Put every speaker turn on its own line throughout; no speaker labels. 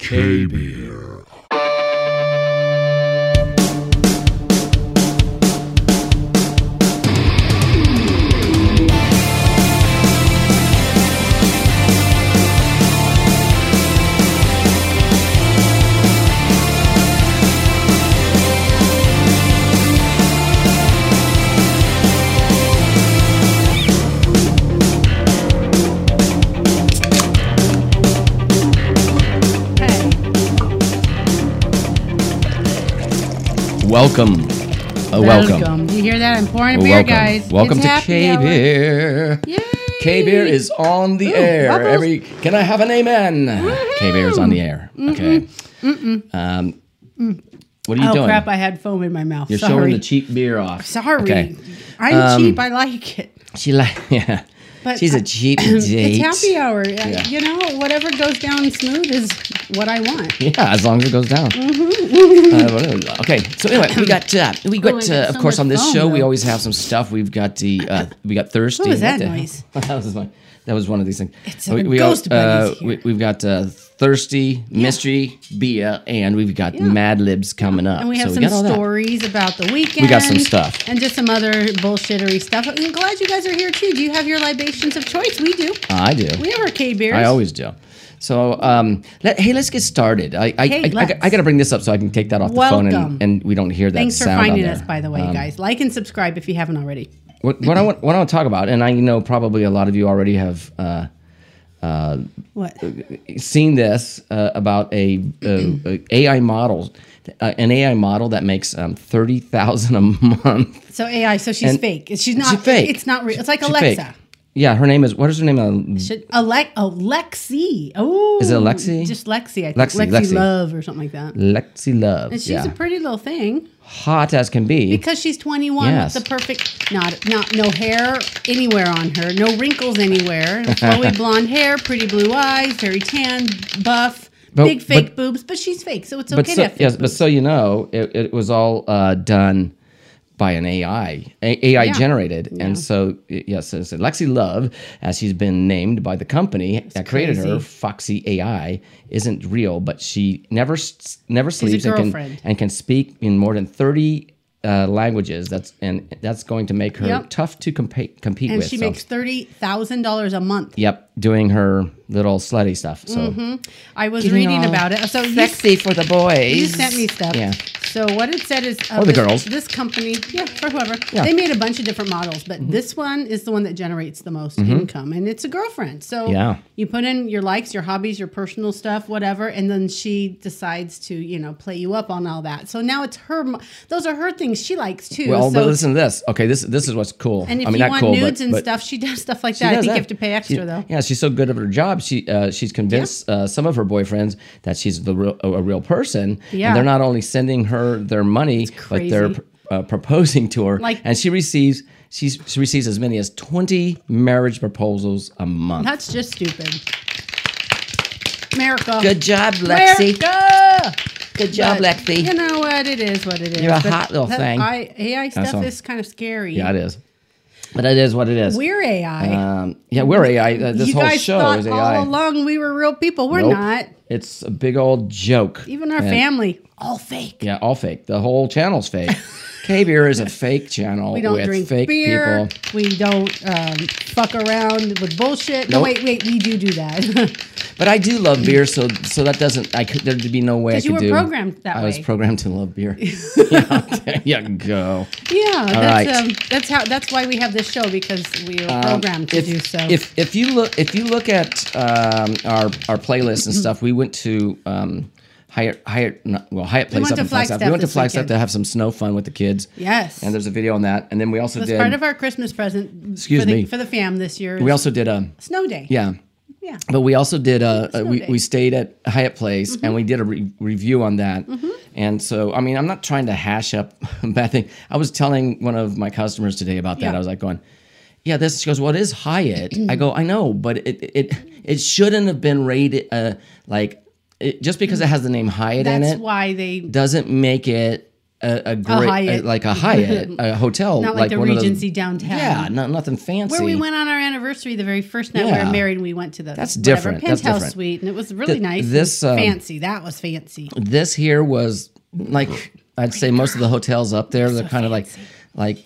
K Beer.
Hey.
Welcome. A welcome.
Do You hear that? I'm pouring a
A
beer,
welcome.
guys.
Welcome
It's
to
happy
K
hour.
Beer.
Yay.
K Beer is on the
Ooh,
air.
bubbles.
Every can I have an amen? K Beer is on the air. Okay. Um, what are you
Oh
doing?
crap! I had foam in my mouth.
You're
Sorry.
showing the cheap beer off.
Sorry.
Okay.
I'm
Um,
cheap. I like it.
She like yeah.
But
She's
I-
a cheap
It's
date.
happy hour. I-
Yeah.
You know, whatever goes down smooth is what I want.
Yeah, as long as it goes down. Uh, whatever. okay, so anyway, we got uh,
Mm-hmm. Oh, I
we got
got
uh, of
so
course
much
on this
foam,
show we
though.
always have some stuff. We've got the uh, we got thirsty.
What was that
the hell?
noise?
that was my, that was one of these things.
It's
we,
a
all-
ghost bunny's
uh,
here.
we, We've got uh, thirsty, mystery, beer, and we've got Mad Libs coming up.
And we have
so
some
we got all that.
stories about the weekend.
got some stuff.
And just some other bullshittery stuff. I'm glad you guys are here too. Do you have your libations of choice? We do.
I do.
We have our K beers.
I always do. So, um, let, hey, let's get started. I, I,
Hey,
I, I,
let's.
got to bring this up so I can take that off the phone
Welcome.
and, and we don't hear that
Thanks for
sound on
finding us,
there. Um,
by the way, guys. Like and subscribe if you haven't already.
What, what I want, what I want to talk about, and I know probably a lot of you already have uh,
What?
seen this uh, about a, a, a AI model, uh, an AI model that makes um, thirty thousand a month.
So AI, so she's
And-
fake. She's not
She's fake.
It's not real. It's like
She's
Alexa.
fake. Yeah, her name is what is her name? Uh,
Should Alec Alexi? Oh,
Is it Alexi?
Just Lexi. I think
Lexi,
Lexi,
Lexi.
Love or something like that. And
Lexi Love.
she's
yeah,
a pretty little thing
hot as can be.
because she's 21
Yes.
with the perfect not not no hair anywhere on her, no wrinkles anywhere, flowy blonde hair, pretty blue eyes, very tan, buff,
But-
big fake
but-
boobs. But she's fake, so it's okay
but
to
so,
have fake
yes,
boobs.
but so you know, it, it was all uh, done by an AI, a- AI
Yeah.
generated, and so y- yes, so, so Lexi Love, as she's been named by the company that created her,
crazy.
Foxy AI, isn't real, but she never s- never sleeps and
girlfriend.
can and can speak in more than thirty. Uh, languages that's and that's going to make her
Yep.
tough to compete compete
and
with
she
so-
makes thirty thousand dollars a month.
yep doing her little slutty stuff so
Mm-hmm. I was
Getting
reading
all
about it. So you
for the boys
You sent me stuff.
yeah
So what it said is, uh,
Or the
this,
girls.
This company, yeah, for whoever.
Yeah. Mm-hmm.
They made a bunch of different models, but this one is the one that generates the most income, and it's a girlfriend. So
Yeah.
you put in your likes, your hobbies, your personal stuff, whatever, and then she decides to, you know, play you up on all that. So now it's her. mo- Those are her things she likes too.
Well, oh,
so,
but listen to this. Okay, this this is what's cool.
and if
I mean,
you
not
want
cool, but-
nudes and
but
stuff, she does stuff like
she
that. I
does
think
that.
you have to pay extra
She-
though.
Yeah, she's so good at her job. She uh, she's convinced uh, some of her boyfriends that she's the real, a, a real person.
Yeah.
and they're not only sending her their money, but they're
crazy.
uh, proposing to her.
Like-
and she receives she's, she receives as many as twenty marriage proposals a month.
That's just stupid. America.
Good job, Lexi.
America!
Good job,
But
Lexi.
You know what? It is what it is.
You're a
But
hot little
that
thing.
I, AI stuff
all.
is kind of scary.
yeah, it is. But it is what it is.
We're AI.
um, yeah, we're AI. Uh, this
you
whole
guys
show
thought
is AI.
all along we were real people. We're
Nope.
not.
It's a big old joke.
Even our
And-
family, all fake.
Yeah, all fake. The whole channel's fake. K beer is a fake channel
We don't
with
drink
fake
beer.
people.
We don't um, fuck around with bullshit. No,
Nope.
wait, wait. We do do that.
But I do love beer, so so that doesn't. I could there'd be no way I
'Cause
could
you were
do.
programmed that
I was
way.
programmed to love beer. yeah, okay, yeah, go.
yeah, that's
right.
um, that's how. That's why we have this show because we were
Um,
programmed to
if,
do so.
If if you look if you look at um, our our
Mm-hmm.
playlist and stuff, we went to um, Hyatt Hyatt not, well Hyatt Place
went
up
to
in Flagstaff.
Flagstaff
We went to
this
Flagstaff
weekend.
to have some snow fun with the kids.
Yes.
and there's a video on that. And then we also
It was
did
part of our Christmas present.
Excuse
for the,
me.
for the fam this year.
we also did a
snow day.
yeah
yeah.
But we also did a, a we,
day.
we stayed at Hyatt Place and
Mm-hmm.
we did a re- review on that. And so I mean I'm not trying to hash up a bad thing. I was telling one of my customers today about that.
Yeah.
I was like going, yeah, this she goes, well, it is Hyatt. I go, I know, but it it it shouldn't have been rated uh, like it, just because it has the name Hyatt in
That's
it
why they
doesn't make it a, a great,
Hyatt.
like a Hyatt, a hotel,
Not like the
one of those-
Regency downtown.
Yeah, no, nothing fancy.
Where we went on our anniversary, the very first night we
Yeah.
were married, we went to the
That's
whatever
different. That's
penthouse
different.
suite, and it was really nice. and
this, um,
fancy. That was fancy.
this here was like I'd say most of the hotels up there they're kind of like like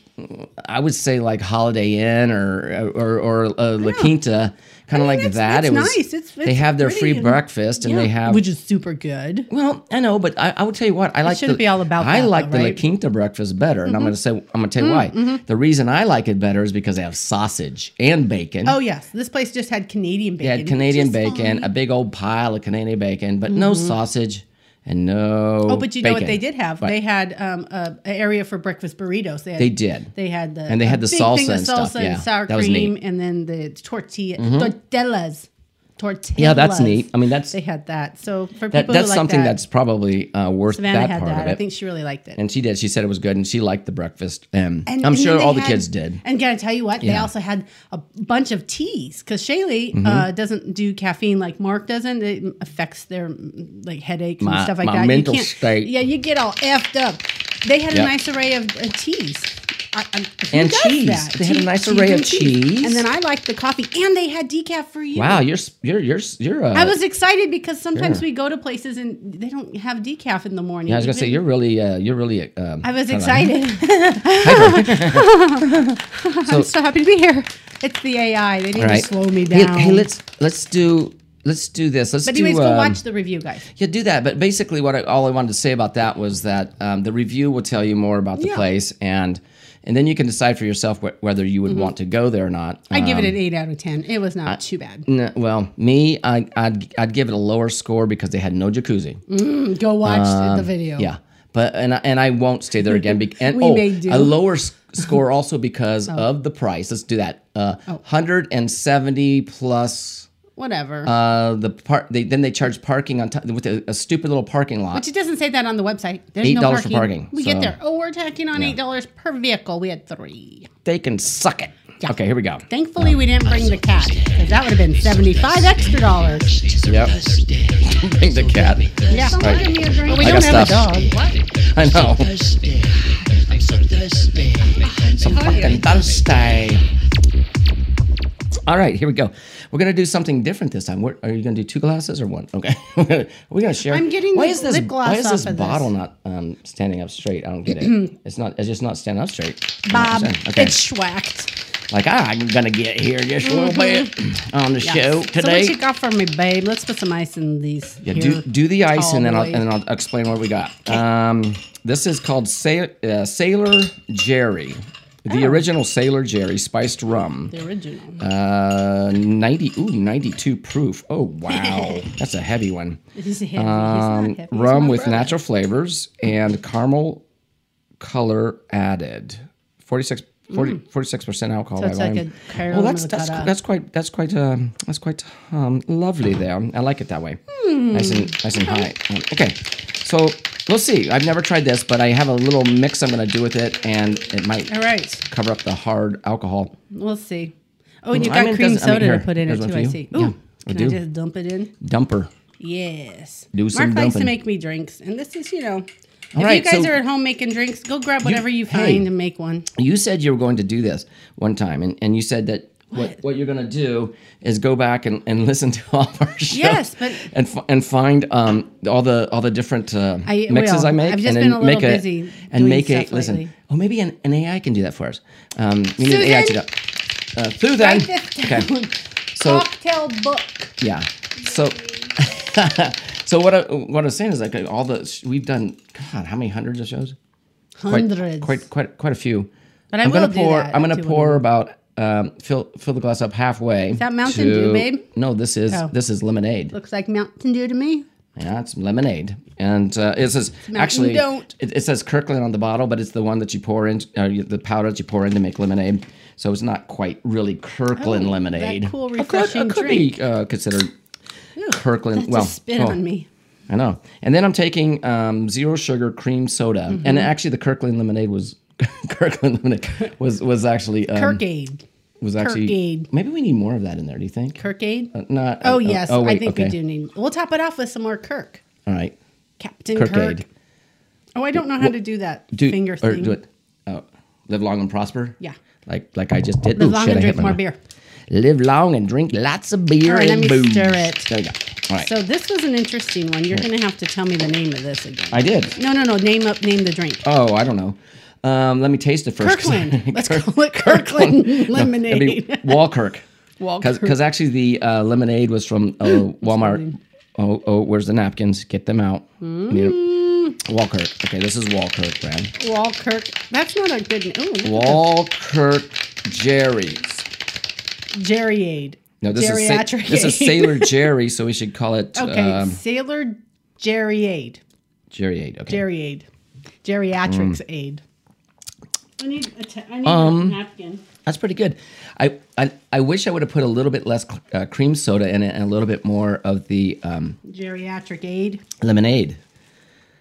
I would say like Holiday Inn or or or uh, La Quinta kind of like
it's-
that.
it's
it was
nice. It's-
they
it's
have their free
pretty and-
breakfast and they have
which is super good.
well, I know, but I, I would tell you what I like.
shouldn't
the,
be all about
I
that,
like
though,
the
right? Mm-hmm.
La Quinta breakfast better, and I'm going to say I'm going to tell you why. The reason I like it better is because they have sausage and bacon.
Oh yes, this place just had Canadian bacon.
They had Canadian
Just
bacon,
fine. Mm-hmm.
a big old pile of Canadian bacon, but no sausage and no.
Oh, but you know what they did have?
But
They had um, a, a area for breakfast burritos. They, had,
They did.
They had the
And they had
a
the
big
salsa
thing of
and stuff,
salsa and
yeah.
sour
That was
cream,
neat. Mm-hmm.
and then the tortilla tortillas. Tortillas.
Yeah, that's neat. I mean, that's
They had that. So for
that,
people
that's
who like
something
that,
that's probably uh, worth
Savannah
that
had
part
that.
of it.
I think she really liked it.
and she did. She said it was good, and she liked the breakfast. Um,
And-
I'm
and then
sure
they
all the
had-
kids did.
And can I tell you what? They
Yeah.
also had a bunch of teas because Shaylee
Mm-hmm.
uh, doesn't do caffeine like Mark doesn't. It affects their mm, like headaches and
My-
stuff like
my
that. You
mental
can't-
state.
Yeah, you get all effed up. They had a
Yep.
nice array of uh, teas. I, I, who
And
does
cheese.
that?
They had a
Tea-
nice array
and
of cheese.
And then I liked the coffee. And they had decaf for you.
Wow, you're s- you're you're s- you're. Uh,
I was excited because sometimes
Sure.
we go to places and they don't have decaf in the morning.
I was gonna say
Even-
you're really uh, you're really. Um,
I was
kinda-
excited. I'm so happy to be here. It's the AI. They need
All right.
to slow me
Hey-
down.
Hey, let's let's do let's do this. Let's
But
do.
anyways, go
um,
watch the review, guys.
Yeah, do that. But basically, what I, all I wanted to say about that was that um, the review will tell you more about the
Yeah.
place, and and then you can decide for yourself wh- whether you
Mm-hmm.
would want to go there or not.
I give it
um,
an eight out of ten. It was not too bad.
No, well, me, I, I'd I'd give it a lower score because they had no jacuzzi.
Mm-hmm. Mm, Go watch the video.
um, Yeah, but and I, and I won't stay there again. Be, and
We
oh,
may do. Oh.
a lower s- score also because of the price. Let's do that. Uh, hundred and seventy plus.
Whatever.
Uh, the part they then they charge parking on top with a, a stupid little parking lot.
but it doesn't say that on the website. There's no
$8 for
parking.
parking,
We get
so-
there. Oh, we're tacking on eight dollars per vehicle. We had three.
they can suck it. Okay, here we go.
Thankfully, we didn't bring the cat because that would have been seventy-five extra dollars.
Yep. Bring the cat.
Yeah. But we
I
don't
got
have
stuff.
a dog.
I know.
thirsty. I'm so thirsty.
Some fucking Thursday. All right, here we go. We're gonna do something different this time. We're, are you gonna do two glasses or one? Okay, we're gonna, we're gonna share.
I'm getting
why
the
is this
lip gloss
why is
off
this
of this.
bottle not um, standing up straight? I don't get it. it's not. It's just not standing up straight. I don't
Bob,
understand. Okay.
it's schwacked.
like ah, I'm gonna get here just a little bit on the show
Mm-hmm. So
today.
what you got for me, babe? Let's put some ice in these.
Yeah, do do the ice and then I'll,
tall
and
boy.
then I'll explain what we got. Um, this is called Sa- uh, Sailor Jerry,
Oh.
the original Sailor Jerry spiced rum.
the original.
Uh, 90 ooh 92 proof. Oh wow. That's a heavy one.
He's heavy. He's not heavy. He's
Um, rum
my
with
brother.
natural flavors and caramel color added. 46 percent
Mm.
alcohol
So it's
by
like
volume.
a caramel
Well, that's that's
ricotta.
that's quite that's quite um, that's quite um, lovely there. I like it that way. Nice and nice and high. Um, okay, so we'll see. I've never tried this, but I have a little mix I'm going to do with it, and it might
All right,
cover up the hard alcohol.
we'll see. Oh, and you
I
got
mean, it
cream
doesn't- I
soda
mean, here,
to put in it
here's one
too.
for
I
you.
see.
Yeah,
Ooh,
I
can I
do.
just dump it in?
Dumper.
Yes.
Do
Mark likes
some
to
dumping.
make me drinks, and this is you know. if
right,
you guys
so-
are at home making drinks, go grab whatever you,
hey.
find and make one.
You said you were going to do this one time, and, and you said that what, what you're going to do is go back and, and listen to all of our shows.
Yes, but-
and fi- and find um all the all the different uh,
I
mixes
will.
I make,
I've just
and
been a little
make a
busy
and
doing
make a
stuff
listen.
lately.
Oh, maybe an, an AI can do that for us. Um, we need an AI to do.
Susan?
Uh, Susan.
Write this down.
Okay. So
Cocktail book.
yeah. So, so what I, what I was saying is like all the we've done. God, how many hundreds of shows? Quite-
Hundreds.
Quite quite quite a few.
But I
I'm gonna
will do
pour.
that
I'm gonna
to
pour about um, fill fill the glass up halfway. Is
that Mountain Dew, babe?
No, this is
Oh.
this is lemonade.
Looks like Mountain Dew to me.
Yeah, it's lemonade, and uh, it says actually
Don't.
It, it says Kirkland on the bottle, but it's the one that you pour in uh, you- the powder that you pour in to make lemonade. So it's not quite really Kirkland
Oh,
lemonade.
that cool,
It
refreshing
could, it could be uh, considered Kirkland.
That's
well,
a spin
oh,
on me.
I know. And then I'm taking um, zero sugar cream soda,
Mm-hmm.
and actually the Kirkland lemonade was Kirkland lemonade was was actually um,
Kirkade.
was actually
Kirkade.
maybe we need more of that in there. Do you think?
Kirkade.
Uh, not.
Oh yes,
oh, wait,
I think
okay.
we do need. We'll top it off with some more Kirk.
All right,
Captain Kirk.
Kirkade.
Oh, I don't know how to do that
Do
finger
or
thing.
do it. Oh, live long and prosper.
Yeah.
Like like I just did.
Live
Ooh,
long
shit,
and
I hit
drink
my
more
mic.
beer.
Live long and drink lots of beer.
All right, let
and
me
booze.
stir it.
There you go. All right.
So this was an interesting one. You're going to have to tell me the name of this again.
I did.
no, no, no. Name up. Name the drink.
Oh, I don't know. Um, let me taste it first. 'cause I-
Kirkland. Let's call it Kirkland
I mean,
lemonade.
Walkirk.
Walkirk.
Because actually, the uh, lemonade was from uh, Walmart. Oh, oh, where's the napkins? Get them out. Mm. Walkirk. Okay, this is Walkirk brand.
Walkirk. That's not a good name. Ooh, look at
Walkirk Jerry's.
the Jerry Aid.
No, this is sa-
Geriatric
this is
Aid.
Sailor Jerry, so we should call it
Okay,
um,
Sailor Jerry Aid.
Jerry Aid. Okay.
Jerry Aid. Geriatrics
Mm.
Aid. I need a, ta- I need
Um,
a napkin.
That's pretty good. I, I I wish I would have put a little bit less uh, cream soda in it and a little bit more of the um,
Geriatric Aid.
lemonade.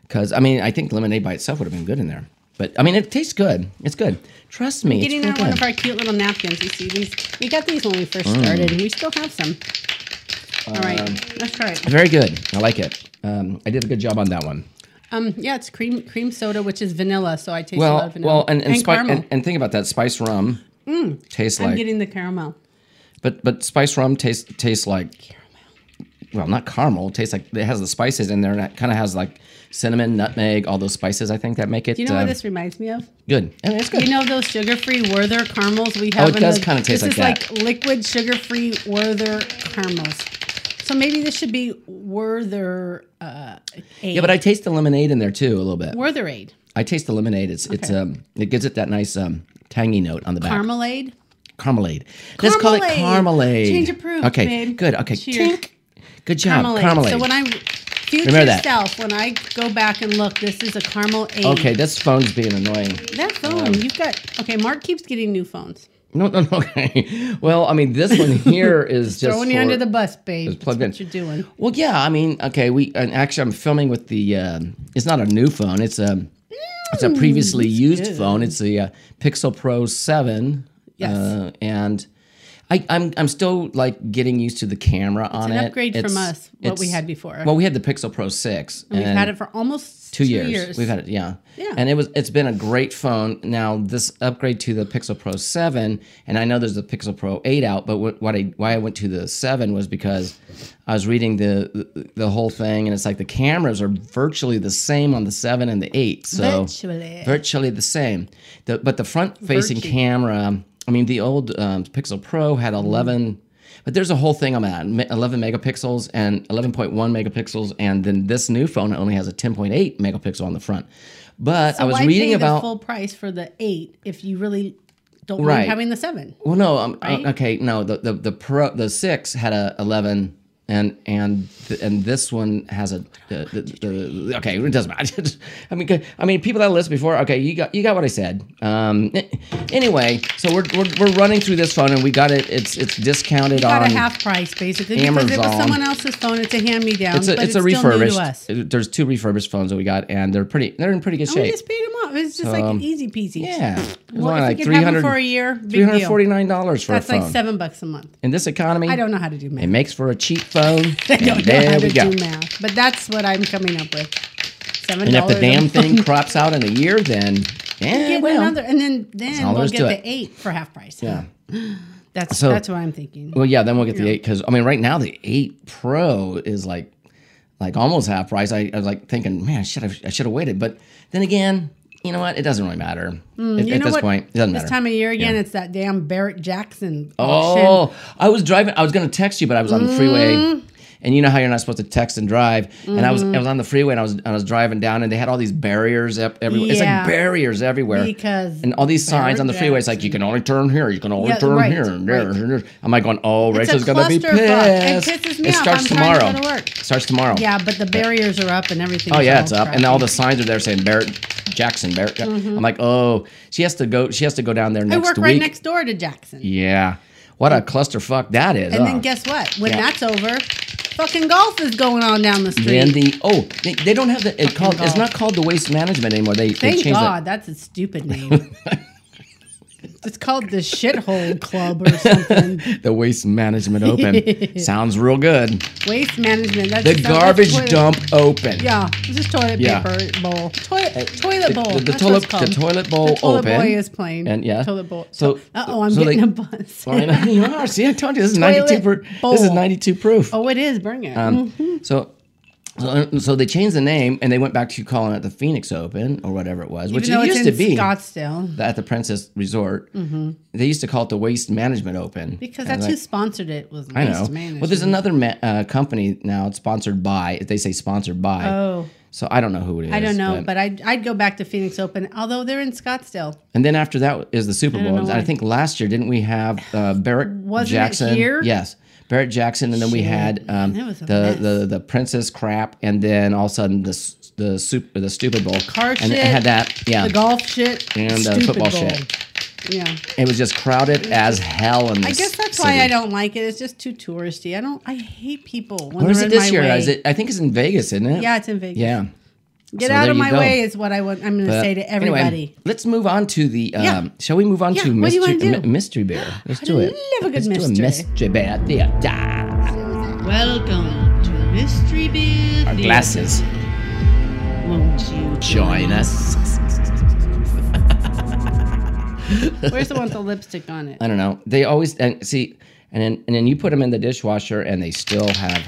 Because I mean, I think lemonade by itself would have been good in there. But I mean, it tastes good. It's good. Trust me.
Getting
it's
out
real
one
good. Mm.
of our cute little napkins. You see these? We got these when we first started, and we still have some. All right,
Um,
let's try it.
Very good. I like it. Um, I did a good job on that one.
Um, yeah, it's cream cream soda, which is vanilla, so I taste a lot
Well,
of vanilla
well, and and, spi-
caramel. Mm.
and and think about that spice rum tastes
I'm
like,
getting the caramel.
but but spice rum tastes tastes like well, not caramel. It tastes like it has the spices in there, and it kind of has like cinnamon, nutmeg, all those spices. I think that make it
Do you know
uh,
what this reminds me of?
good. I mean, it's good.
You know those sugar-free Werther caramels we have?
Oh, it
in
does
the-
kinda taste
This is
like that.
like liquid sugar-free Werther caramels. So maybe this should be Werther uh, aid.
yeah, but I taste the lemonade in there too a little bit.
Werther aid,
I taste the lemonade. It's it's um it gives it that nice um tangy note on the back.
Carmelade.
Carmelade. Ah. Let's call it
Carmelade.
carmelade.
Change approved,
Okay,
babe.
good. Okay,
Cheers.
tink. Good job, carmelade.
So when I future
Remember that.
self, when I go back and look, this is a caramel aid.
okay, Um, this phone's being annoying.
That phone you've got. Okay, Mark keeps getting new phones.
No, no, no. Okay. Well, I mean, this one here is just
Throwing you
for-
under the bus, babe.
Just plugged
That's
in.
What you're doing?
Well, yeah. I mean, okay. We and actually, I'm filming with the. um it's not a new phone. It's a. It's
Mm,
a previously used phone. It's the uh, Pixel Pro Seven.
Yes.
Uh, and I, I'm I'm still like getting used to the camera on
an
it.
upgrade from us, what we had before.
Well, we had the Pixel Pro Six.
We've had it for almost
Two years. We've had it, yeah.
Yeah.
And it was it's been a great phone. Now this upgrade to the Pixel Pro 7, and I know there's a Pixel Pro 8 out, but what, what I why I went to the 7 was because I was reading the, the whole thing and it's like the cameras are virtually the same on the 7 and the 8. So
Virtually.
virtually the same. The, but the front facing
Virtue. Mm-hmm.
camera, I mean the old um, Pixel Pro had 11 but there's a whole thing on that me- 11 megapixels and 11.1 megapixels and then this new phone only has a 10.8 megapixel on the front but i was
Why
reading
pay
about
the full price for the eight if you really don't
Right.
mind having the seven.
well no um, uh, okay no the, the the pro the 6 had a 11 and and th- and this one has a the, the, the- okay it doesn't matter i mean 'cause- i mean people that list before okay you got you got what i said um a- anyway so we're, we're, we're running through this phone and we got it it's it's discounted
Got
on
a half price basically because it was
Amazon.
someone else's phone. It's a hand me down,
it's a,
but
it's
it's,
a
still new
refurbished. uh,
to us. Oh,
There's two refurbished phones that we got, and they're pretty. They're in pretty good
We
shape.
just paid them off. It's just like an easy peasy.
yeah, It was
Well,
only
if
like
we can have
300
them for a year, big
Three hundred
deal.
forty-nine dollars for
That's
a phone.
like seven bucks a month.
in this economy,
I don't know how to do math.
It makes for a cheap phone.
I don't
and
know
there
how
we
to
go.
do math, but that's what I'm coming up with. Seven
And if
dollars.
the
a
damn
month.
thing crops out in a year, then eh, yeah,
Get
well,
another, and then
all
then
there
we'll
is
get
to
the
it.
eight for half price.
yeah.
that's
So-
that's what I'm thinking.
Well, yeah, then we'll get the eight because I mean, right now the eight Pro is like, like almost half price. I, I was like thinking, man, I should have, I should have waited. But then again, you know what? It doesn't really matter at,
Mm, You
at
know
this
what?
point. It doesn't
this
matter.
time of year again, it's that damn Barrett Jackson auction. Mm.
Oh, I was driving. I was going to text you, but I was on the freeway. And you know how you're not supposed to text and drive. And I was I was on the freeway and I was I was driving down and they had all these barriers up everywhere. It's
Yeah.
like barriers everywhere.
Because
and all these signs on the
barriers.
freeway. It's like you can only turn here. You can only
Yeah,
turn
right,
here and there.
right.
and there. I'm like going, oh,
It's a
Rachel's gonna be pissed.
clusterfuck. It pisses me
It
off.
starts
I'm trying to go
tomorrow.
to work.
Starts tomorrow.
Yeah, but the barriers are up and everything.
Oh yeah, it's up, and all the signs are there saying Barrett Jackson. Barrett. Ja-" I'm like, oh, she has to go. She has to go down there
Mm-hmm. I
next
work
week.
right next door to Jackson.
yeah, what a clusterfuck that is.
And
huh?
then guess what? When
Yeah.
that's over, fucking golf is going on down the street.
Then the oh, they, they don't have the it called, it's
God.
not called the waste management anymore. They they
Thank
changed
God, that's a stupid name. It's called the Shithole Club or something.
The waste management open sounds real good.
Waste management. That's
The
that's
garbage
toilet-
dump open.
Yeah, it's just toilet
Yeah.
paper bowl. Toilet toilet
the-
bowl.
the- the
That's what it's
toilet-
called.
the toilet bowl
The toilet
open.
boy is plain.
And, yeah.
Toilet bowl.
So-
So, uh oh, I'm
so they-
getting a buzz.
Well, I know you are. See, I told you this is
Toilet
92 per, This is
bowl.
92 proof.
oh, mm-hmm. it is. Bring it.
Um, So, so, uh, so they changed the name and they went back to calling it the Phoenix Open or whatever it was, which
Even though
it
it's
used
in
to be
Scottsdale.
at the Princess Resort. They used to call it the Waste Management Open
Mm-hmm. Because
And
that's
like-
who sponsored it was
I
Waste
know.
Management.
Well, there's another ma- uh, company now. It's sponsored by. They say sponsored by.
Oh.
So I don't know who it is.
I don't know, but, I'd, I'd go back to Phoenix Open, although they're in Scottsdale.
and then after that is the Super Bowl.
know
And I
why.
think last year didn't we have uh, Barrett
Wasn't it
Jackson?
here?
Yes, Barrett Jackson, and then we had um,
It was a
the,
mess.
the the Princess crap, and then all of a sudden the s- the super the stupid bowl
Car
and it
shit,
had that yeah,
The golf shit
and uh,
stupid
football
bowl.
shit.
Yeah,
It was just crowded as hell in this.
I guess that's
city.
why I don't like it. It's just too touristy. I don't. I hate people. When
Where is
they're
it
in
this
my
year?
way.
Is it? I think it's in Vegas, isn't it?
Yeah, it's in Vegas.
Yeah.
Get
So
out
there
of
you
my
go.
way is what I want. I'm going to
But
say to everybody.
Anyway, let's move on to the. Um,
Yeah.
Shall we move on
Yeah,
to
what do you
mystery,
wanna do?
mi- mystery bear? Let's do it.
love a good
let's Do a
mystery.
mystery bear theater.
Welcome to Mystery Beer
Our
Theater.
glasses.
Won't you
Join us.
Where's the one with the lipstick on it?
I don't know. They always and see, and then and then you put them in the dishwasher, and they still have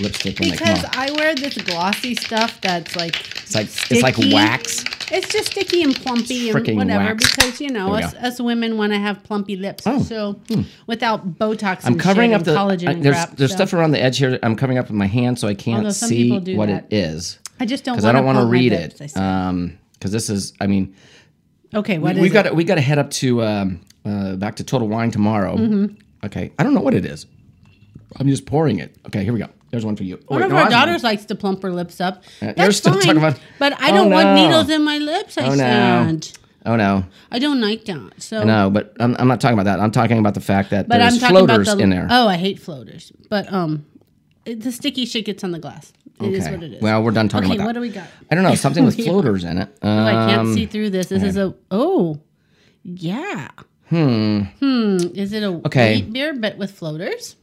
lipstick when they
Mm. Because
come. off.
I wear this glossy stuff that's like
It's like it's like
sticky.
wax.
It's just sticky and plumpy
It's frickin'
and whatever
wax.
because you know
There we
us,
go.
us women want to have plumpy lips.
Oh.
So without Botox,
I'm
and
covering
shit
up
and
the
collagen.
I,
and
there's
crap,
there's
so.
stuff around the edge here. that I'm covering up with my hand, so I can't
Although some people
see
do
what
that.
it is
I just don't.
because I don't want to
pump my
read
lips, I
it.
said.
Um, because this is, I mean,
okay, what is
we've
it?
got we got to head up to um, uh, back to Total Wine tomorrow.
Mm-hmm.
Okay, I don't know what it is. I'm just pouring it. Okay, here we go. There's one for you.
One of our daughters likes to plump her lips up.
they're
That's
still
fine,
talking about-
but I
Oh,
don't
no.
want needles in my lips. I
Oh, no.
said
Oh no,
I don't like that. So
no, but I'm, I'm not talking about that. I'm talking about the fact that
but
there's
I'm talking
floaters
about the
in there.
Oh, I hate floaters. But um, it, the sticky shit gets on the glass. It is what it is.
Well, we're done talking
okay,
about that.
what do we got?
I don't know something with floaters in it. Um,
I can't see through this. This is a oh, yeah. Hmm. Hmm. Is it a
Okay.
wheat beer but with floaters?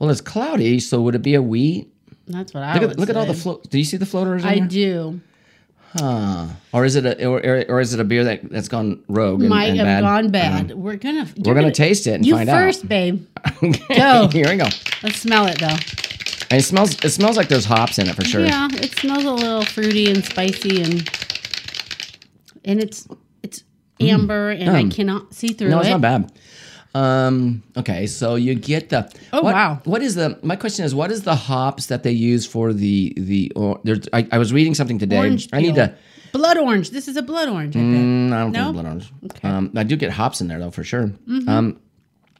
well, it's cloudy, so would it be a wheat?
That's what I
Look at,
would
look at all the
say.
float. Do you see the floaters? In
Oh, I
there?
do.
Or is it a or, or, or is it a beer that that's gone rogue and,
Might
and
have
bad? Uh-huh.
gone bad. we're gonna
We're gonna taste it and
you
find
first, babe.
out.
go.
Here we go.
Let's smell it though.
And it smells. It smells like there's hops in it for sure.
Yeah, it smells a little fruity and spicy and and it's it's amber and I cannot see through
Mm. No,
it.
it's not bad. Um, okay, so you get the.
Oh,
what-
wow.
What is the? My question is, what is the hops that they use for the the? Or, there's, I, I was reading something today.
Orange
I need
peel.
to.
blood orange. This is a blood orange. I bet.
Mm, I don't
No? Mm-hmm.
think blood orange. Um, I do get hops in there though for sure. Um,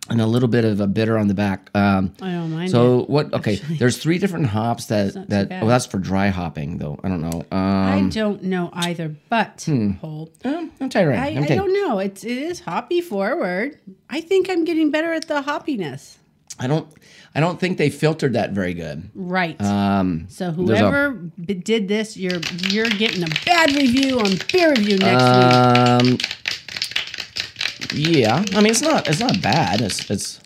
and a little bit of a bitter on the back. Um,
I don't mind.
so what? Okay, there's three different hops that that.
bad.
Oh, that's for dry hopping though. I don't know. Um,
I don't know either, but hold.
um, I'm tired.
I,
I'm
I
tired.
don't know. It's it is hoppy forward. I think I'm getting better at the hoppiness.
I don't. I don't think they filtered that very good.
Right.
Um,
so
there's a-
whoever b- did this, you're you're getting a bad review on beer review next week.
Um. Yeah, I mean it's not it's not bad. It's it's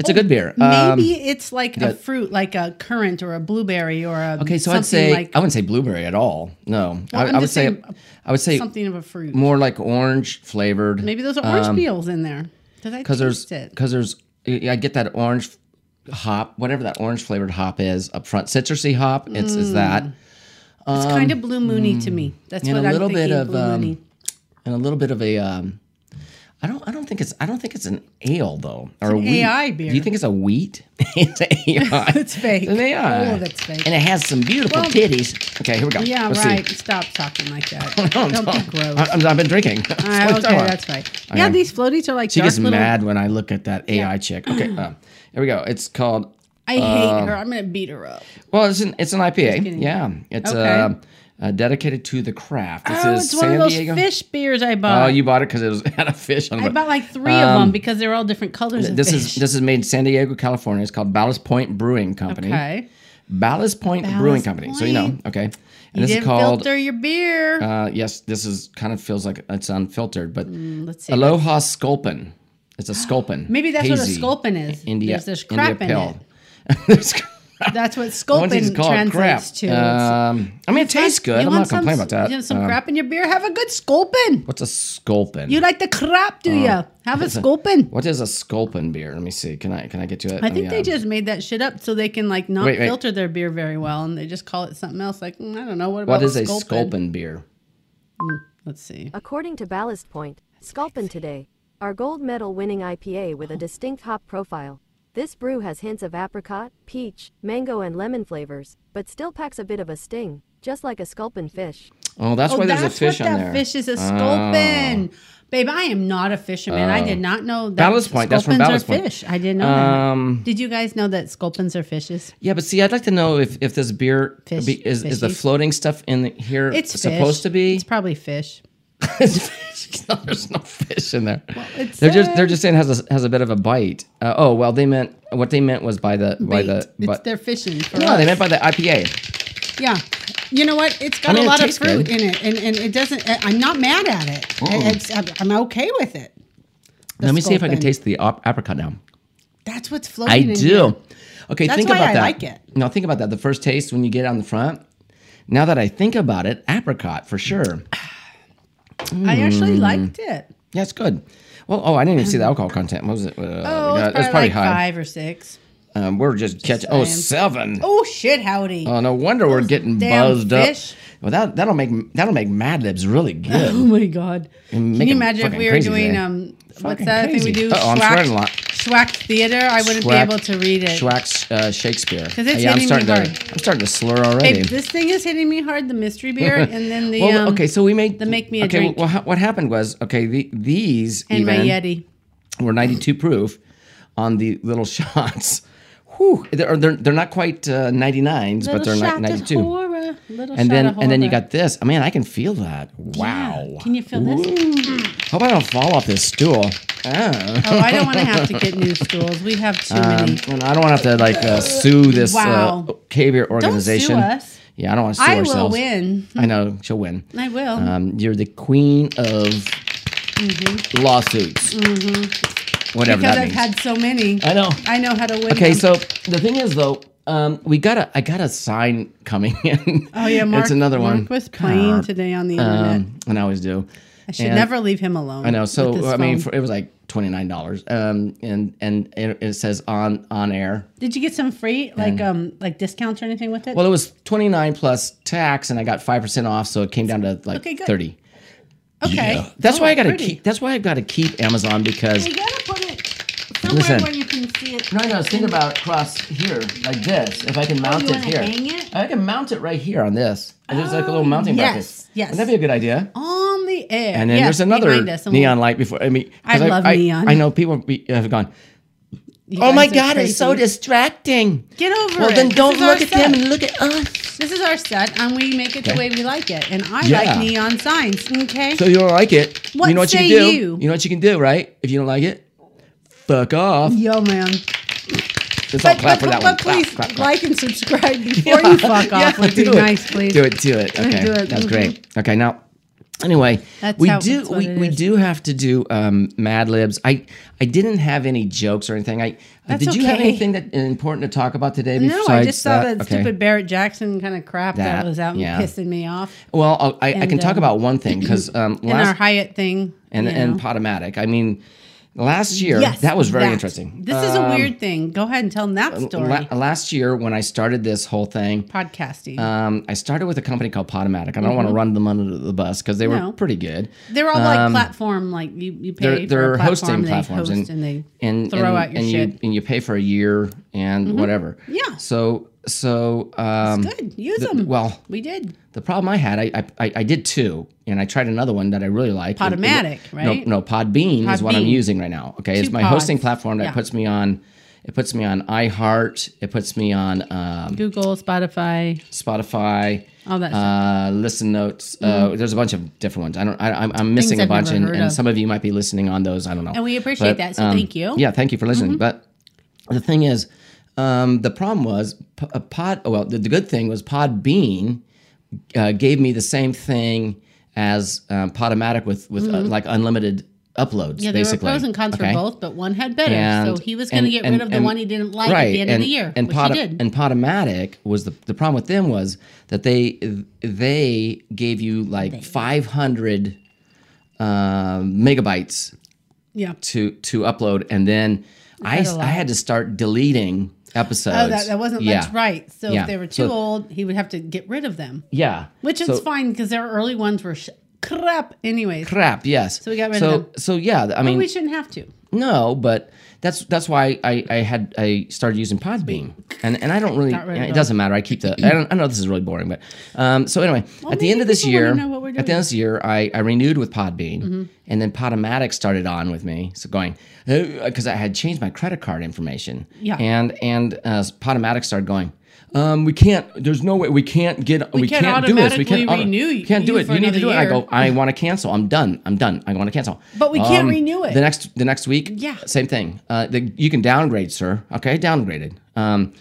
it's a good beer. Um,
Maybe it's like a fruit, like a currant or a blueberry or a
okay, so I'd say I wouldn't say blueberry at all. No, I,
I'm
I would
just
say
saying
I would say
something of a fruit.
more like orange flavored.
Maybe those are orange peels in there.
because
Because
there's
it.
because there's yeah, I get that orange hop, whatever that orange flavored hop is up front, citrusy hop. It's
Mm.
is that
it's kind of blue moony to me. That's
mm, and
what
a
I'm
little
thinking.
bit of,
blue
um,
moony.
and a little bit of a. Um, I don't. I don't think it's. I don't think it's an ale though, or a
an
wheat.
AI beer.
Do you think it's a wheat? it's an AI.
It's fake.
It's an AI.
All of it's fake.
And it has some beautiful
Well-
titties. Okay, here we go.
Yeah,
Let's see.
right. Stop talking like that. Don't be gross.
I, I'm- I've been drinking. That's
Ah,
what I'm
okay,
talking about.
that's right. Yeah, these floaties are like
She
dark
gets
little-
mad when I look at that AI chick. Okay, uh, here we go. It's called.
I
um,
hate her. I'm gonna beat her up.
Well, it's an it's an IPA. Yeah, it's
Okay.
uh, uh, dedicated to the craft. This
Oh,
is
it's
San
one of those
Diego.
fish beers I
Oh,
bought.
you bought it because it was had a fish on it.
I bought like three of them because they're all different colors. of
This
fish.
is this is made in San Diego, California. It's called Ballast Point Brewing Company.
okay.
Ballast Point Brewing
Ballast
Company. So you know,
Point.
okay. And
You
this
didn't
is called.
filter your beer.
Uh, yes, this is kind of feels like it's unfiltered, but
Let's see.
Aloha Sculpin. It's a Sculpin.
Mm, Maybe that's
Hazy.
what a sculpin is.
India,
There's this crap
India
in
pill.
it.
There's
That's what
one
sculpin
thing is called
translates
crap.
to.
Um, I mean, it tastes good.
You
I'm
want
not
some-
complaining about that.
You have some
Um,
crap in your beer. Have a good sculpin.
What's a Sculpin?
You like the crap, do you? Have a sculpin.
what is Oh. a Sculpin beer? Let me see. Can I can I get to it? um,
I think they just made that shit up so they can like not
Wait, wait.
filter their beer very well, and they just call it something else. Like mm, I don't know what about
What is a
sculpin?
Sculpin beer?
Let's see.
According to Ballast Point, Sculpin today, our gold medal winning IPA with a distinct hop profile. This brew has hints of apricot, peach, mango, and lemon flavors, but still packs a bit of a sting, just like a sculpin fish.
Oh, that's
oh,
why
that's
there's a fish
what
on
that
there. Oh.
fish is a sculpin. Babe, I am not a fisherman. I did not know that
Oh. Ballast Point, that's from
sculpins
Ballast
are
Point.
fish. I didn't know
Um,
that. Did you guys know that sculpins are fishes?
Yeah, but see, I'd like to know if, if this beer
Fish-
be, is, is the
fishies.
floating stuff in the, here
It's fish.
supposed to be.
It's probably fish.
No, There's no fish in there.
it
they're just they're
said-
just saying it has a, has a bit of a bite. Uh, oh well, they meant what they meant was by the by
Bait.
the
it's,
by,
they're fishing. For
no,
us.
they meant by the IPA.
Yeah. You know what? It's got
I mean, it
a lot of
tastes
fruit
good.
in it, and, and it doesn't. I- I'm not mad at it. I- It's, I'm- I'm okay with it. The
Let me see if I can
sculpin.
taste the op- apricot now.
That's what's
I
floating. in
do. Okay,
That's
think
why
about
I
that.
like it.
Now think about that. The first taste when you get it on the front. Now that I think about it, apricot for sure. Mm.
here. I actually liked it.
Yeah, it's good. Well, oh, I didn't even see the alcohol content. What was it? Uh,
Um, Oh,
yeah,
it's probably, like
high.
five or six.
Um, we're just catching. Oh,
saying.
seven.
Oh shit, howdy!
Oh, no wonder we're getting
damn
buzzed
fish.
up. Well, that that'll make that'll make Mad Libs really
Oh
good.
my god! Can
make
you
'em
imagine if
fucking
we were
crazy
doing
today.
um, what's
Fucking
that thing we
crazy.
do?
Uh-oh, I'm
Schwack-
sweating a lot.
Schwack theater. I wouldn't
Schwack-
be able to read it.
Schwack's uh, Shakespeare.
'Cause it's
yeah, I'm
hitting me
starting to
hard.
I'm starting to slur already.
Babe, this thing is hitting me hard. The mystery beer, and then the
well,
um,
okay, so we made
the Make Me a
okay,
Drink.
Well, ha- what happened was okay. The, these
and my
even
Yeti.
were 92 proof on the little shots. Whew, they're they're, they're not quite uh, 99s, but they're
shot
ni-
of
92.
horror. Little
And
shot
then
of
and then you
horror.
got this. I mean, I can feel that. Wow.
Can you feel this?
Hope I don't fall off this stool. Ah.
Oh, I don't want to have to get new stools. We have
Um,
too many.
And I don't want to have to like uh, sue this
Wow.
uh, caviar organization.
us.
Yeah, I don't want to sue
I will
ourselves.
win.
I know she'll win.
I will.
Um, you're the queen of lawsuits. Whatever
Mm-hmm. because
that
I've
means.
had so many.
I know.
I know how to win.
okay,
them.
so the thing is though, um, we got a I got a sign coming in.
Oh yeah, Mark.
it's another one.
Mark was playing
God.
today on the internet.
Um, and I always do.
I should
and-
never leave him alone.
I know.
with
So
this
I mean,
phone.
for, it was like twenty nine dollars. Um, and and it, it says on on air.
did you get some free, like um, like discounts or anything with it?
Well, it was twenty nine plus tax, and I got five percent off, so it came down to like
Okay, good.
thirty.
okay.
That's
Oh,
why I gotta
pretty.
keep. That's why I've got to keep Amazon because
You gotta put it somewhere
Listen.
where you can see it.
no, no. I was thinking about across here like this. If I can mount
Oh, you
it
wanna
here,
hang it? Oh,
I can mount it right here on this. And there's like a little mounting bracket.
yes, yes.
Wouldn't that be a good idea?
On the air.
And then
Yes,
there's another
behind us, and we'll-
neon light before. I mean, 'cause
I love neon.
I know people be- have gone.
you
Oh my
guys are
God, it's so
crazy.
distracting.
Get over
Well,
it.
then
This
don't
is our
look at them
set.
and look at us.
This is our set, and we make it the way we like it. And I
Yeah.
like neon signs. Okay.
So you don't like it?
What
you know what
say
you can do?
you?
know what you can do, right? If you don't like it, fuck off.
Yo, man.
Let's all clap for
but,
that one.
but
Clap,
please
clap, clap.
like and subscribe before you fuck off.
Yeah,
would be
do it.
nice, please.
Do it, do it. Okay,
Do it. Mm-hmm.
that's great. Okay, now. Anyway,
That's
we
how-
do
that's what
we,
it
we
is.
do have to do um, Mad Libs. I I didn't have any jokes or anything. I uh,
That's
did you have
okay.
anything that important to talk about today?
No,
besides
I just saw
that?
that,
Okay.
stupid Barrett Jackson kind of crap that,
That,
was out and
yeah.
pissing me off.
Well, I'll- I, I can
And,
talk
um,
about one thing because um,
And our
last
Hyatt thing.
and
you
and
know.
Potomatic. I mean, last year
Yes,
that was very
that.
interesting. Um, uh,
This is a weird thing. Go ahead and tell them that story.
La- last year when I started this whole thing,
Podcasting.
um, I started with a company called Potomatic. I don't want to run them under the bus because they were
Mm-hmm. No.
pretty good.
they're all like platform, like you, you pay
um, They're,
for
they're
a
hosting
platform,
platforms
they
and,
host and, they
and-
throw
and-
out your
and
shit. Mm-hmm.
you and you pay for a year and whatever.
Yeah.
So so um,
Good, use
the-
them.
well,
we did.
the problem I had, I I- I, I did two, and I tried another one that I really liked.
Podomatic, right?
No, no, Podbean is what I'm
Podbean.
using right now. Okay, it's
Two
my hosting
pods.
platform that
Yeah.
puts me on. It puts me on iHeart. It puts me on um,
Google, Spotify,
Spotify.
all that stuff.
Uh, listen notes. Uh, there's a bunch of different ones. I don't. I, I'm, I'm missing a
Hmm. I've
bunch,
never
and,
heard
and
of.
some of you might be listening on those. I don't know. uh,
And we appreciate that, so thank you. Mm-hmm.
Yeah, thank you for listening. But the thing is, Um, the problem was p- a pod. oh, Well, the, the good thing was Podbean uh, gave me the same thing as um, Podomatic with with uh, like unlimited uploads.
Mm-hmm. Yeah, there
basically.
were pros and cons
Okay?
for both, but one had better.
And-
so he was going
and-
to get
and-
rid of the
and-
one he didn't like at the end of the year,
And
which
Pod-
he did.
and Podomatic was the the problem with them was that they they gave you like 500 um, megabytes
yeah.
to to upload, and then I
had a
s- I
lot.
had to start deleting episodes.
Oh, that, that wasn't
yeah.
much right. So
Yeah.
if they were
So-
too old, he would have to get rid of them,
Yeah,
which
So-
is fine because their early ones were sh- crap anyways.
Crap. Yes. So
we got rid of
so,
them.
So yeah, th- I mean,
we shouldn't have to.
no, but that's that's why I, I had I started using Podbean, and and I don't really
Got rid of
it
them.
doesn't matter. I keep the I don't I know this is really boring, but um so anyway at the
maybe
end of this
people wanna
year
know what we're
at the
doing. Mm-hmm.
end of this year I, I renewed with Podbean, and then Podomatic started on with me, so going because I had changed my credit card information,
Yeah.
and and uh, Podomatic started going. Um, we can't. There's no way we can't get. We,
can't
do this. We
automatically
can't auto-
renew
we can't do
you
it.
for
You need to
another
do it. I go.
year.
I want to cancel. I'm done. I'm done. I want to cancel. Um,
But we can't renew it.
The next the next week.
Yeah.
Same thing. Uh, the, you can downgrade, sir. Okay, downgraded. Um,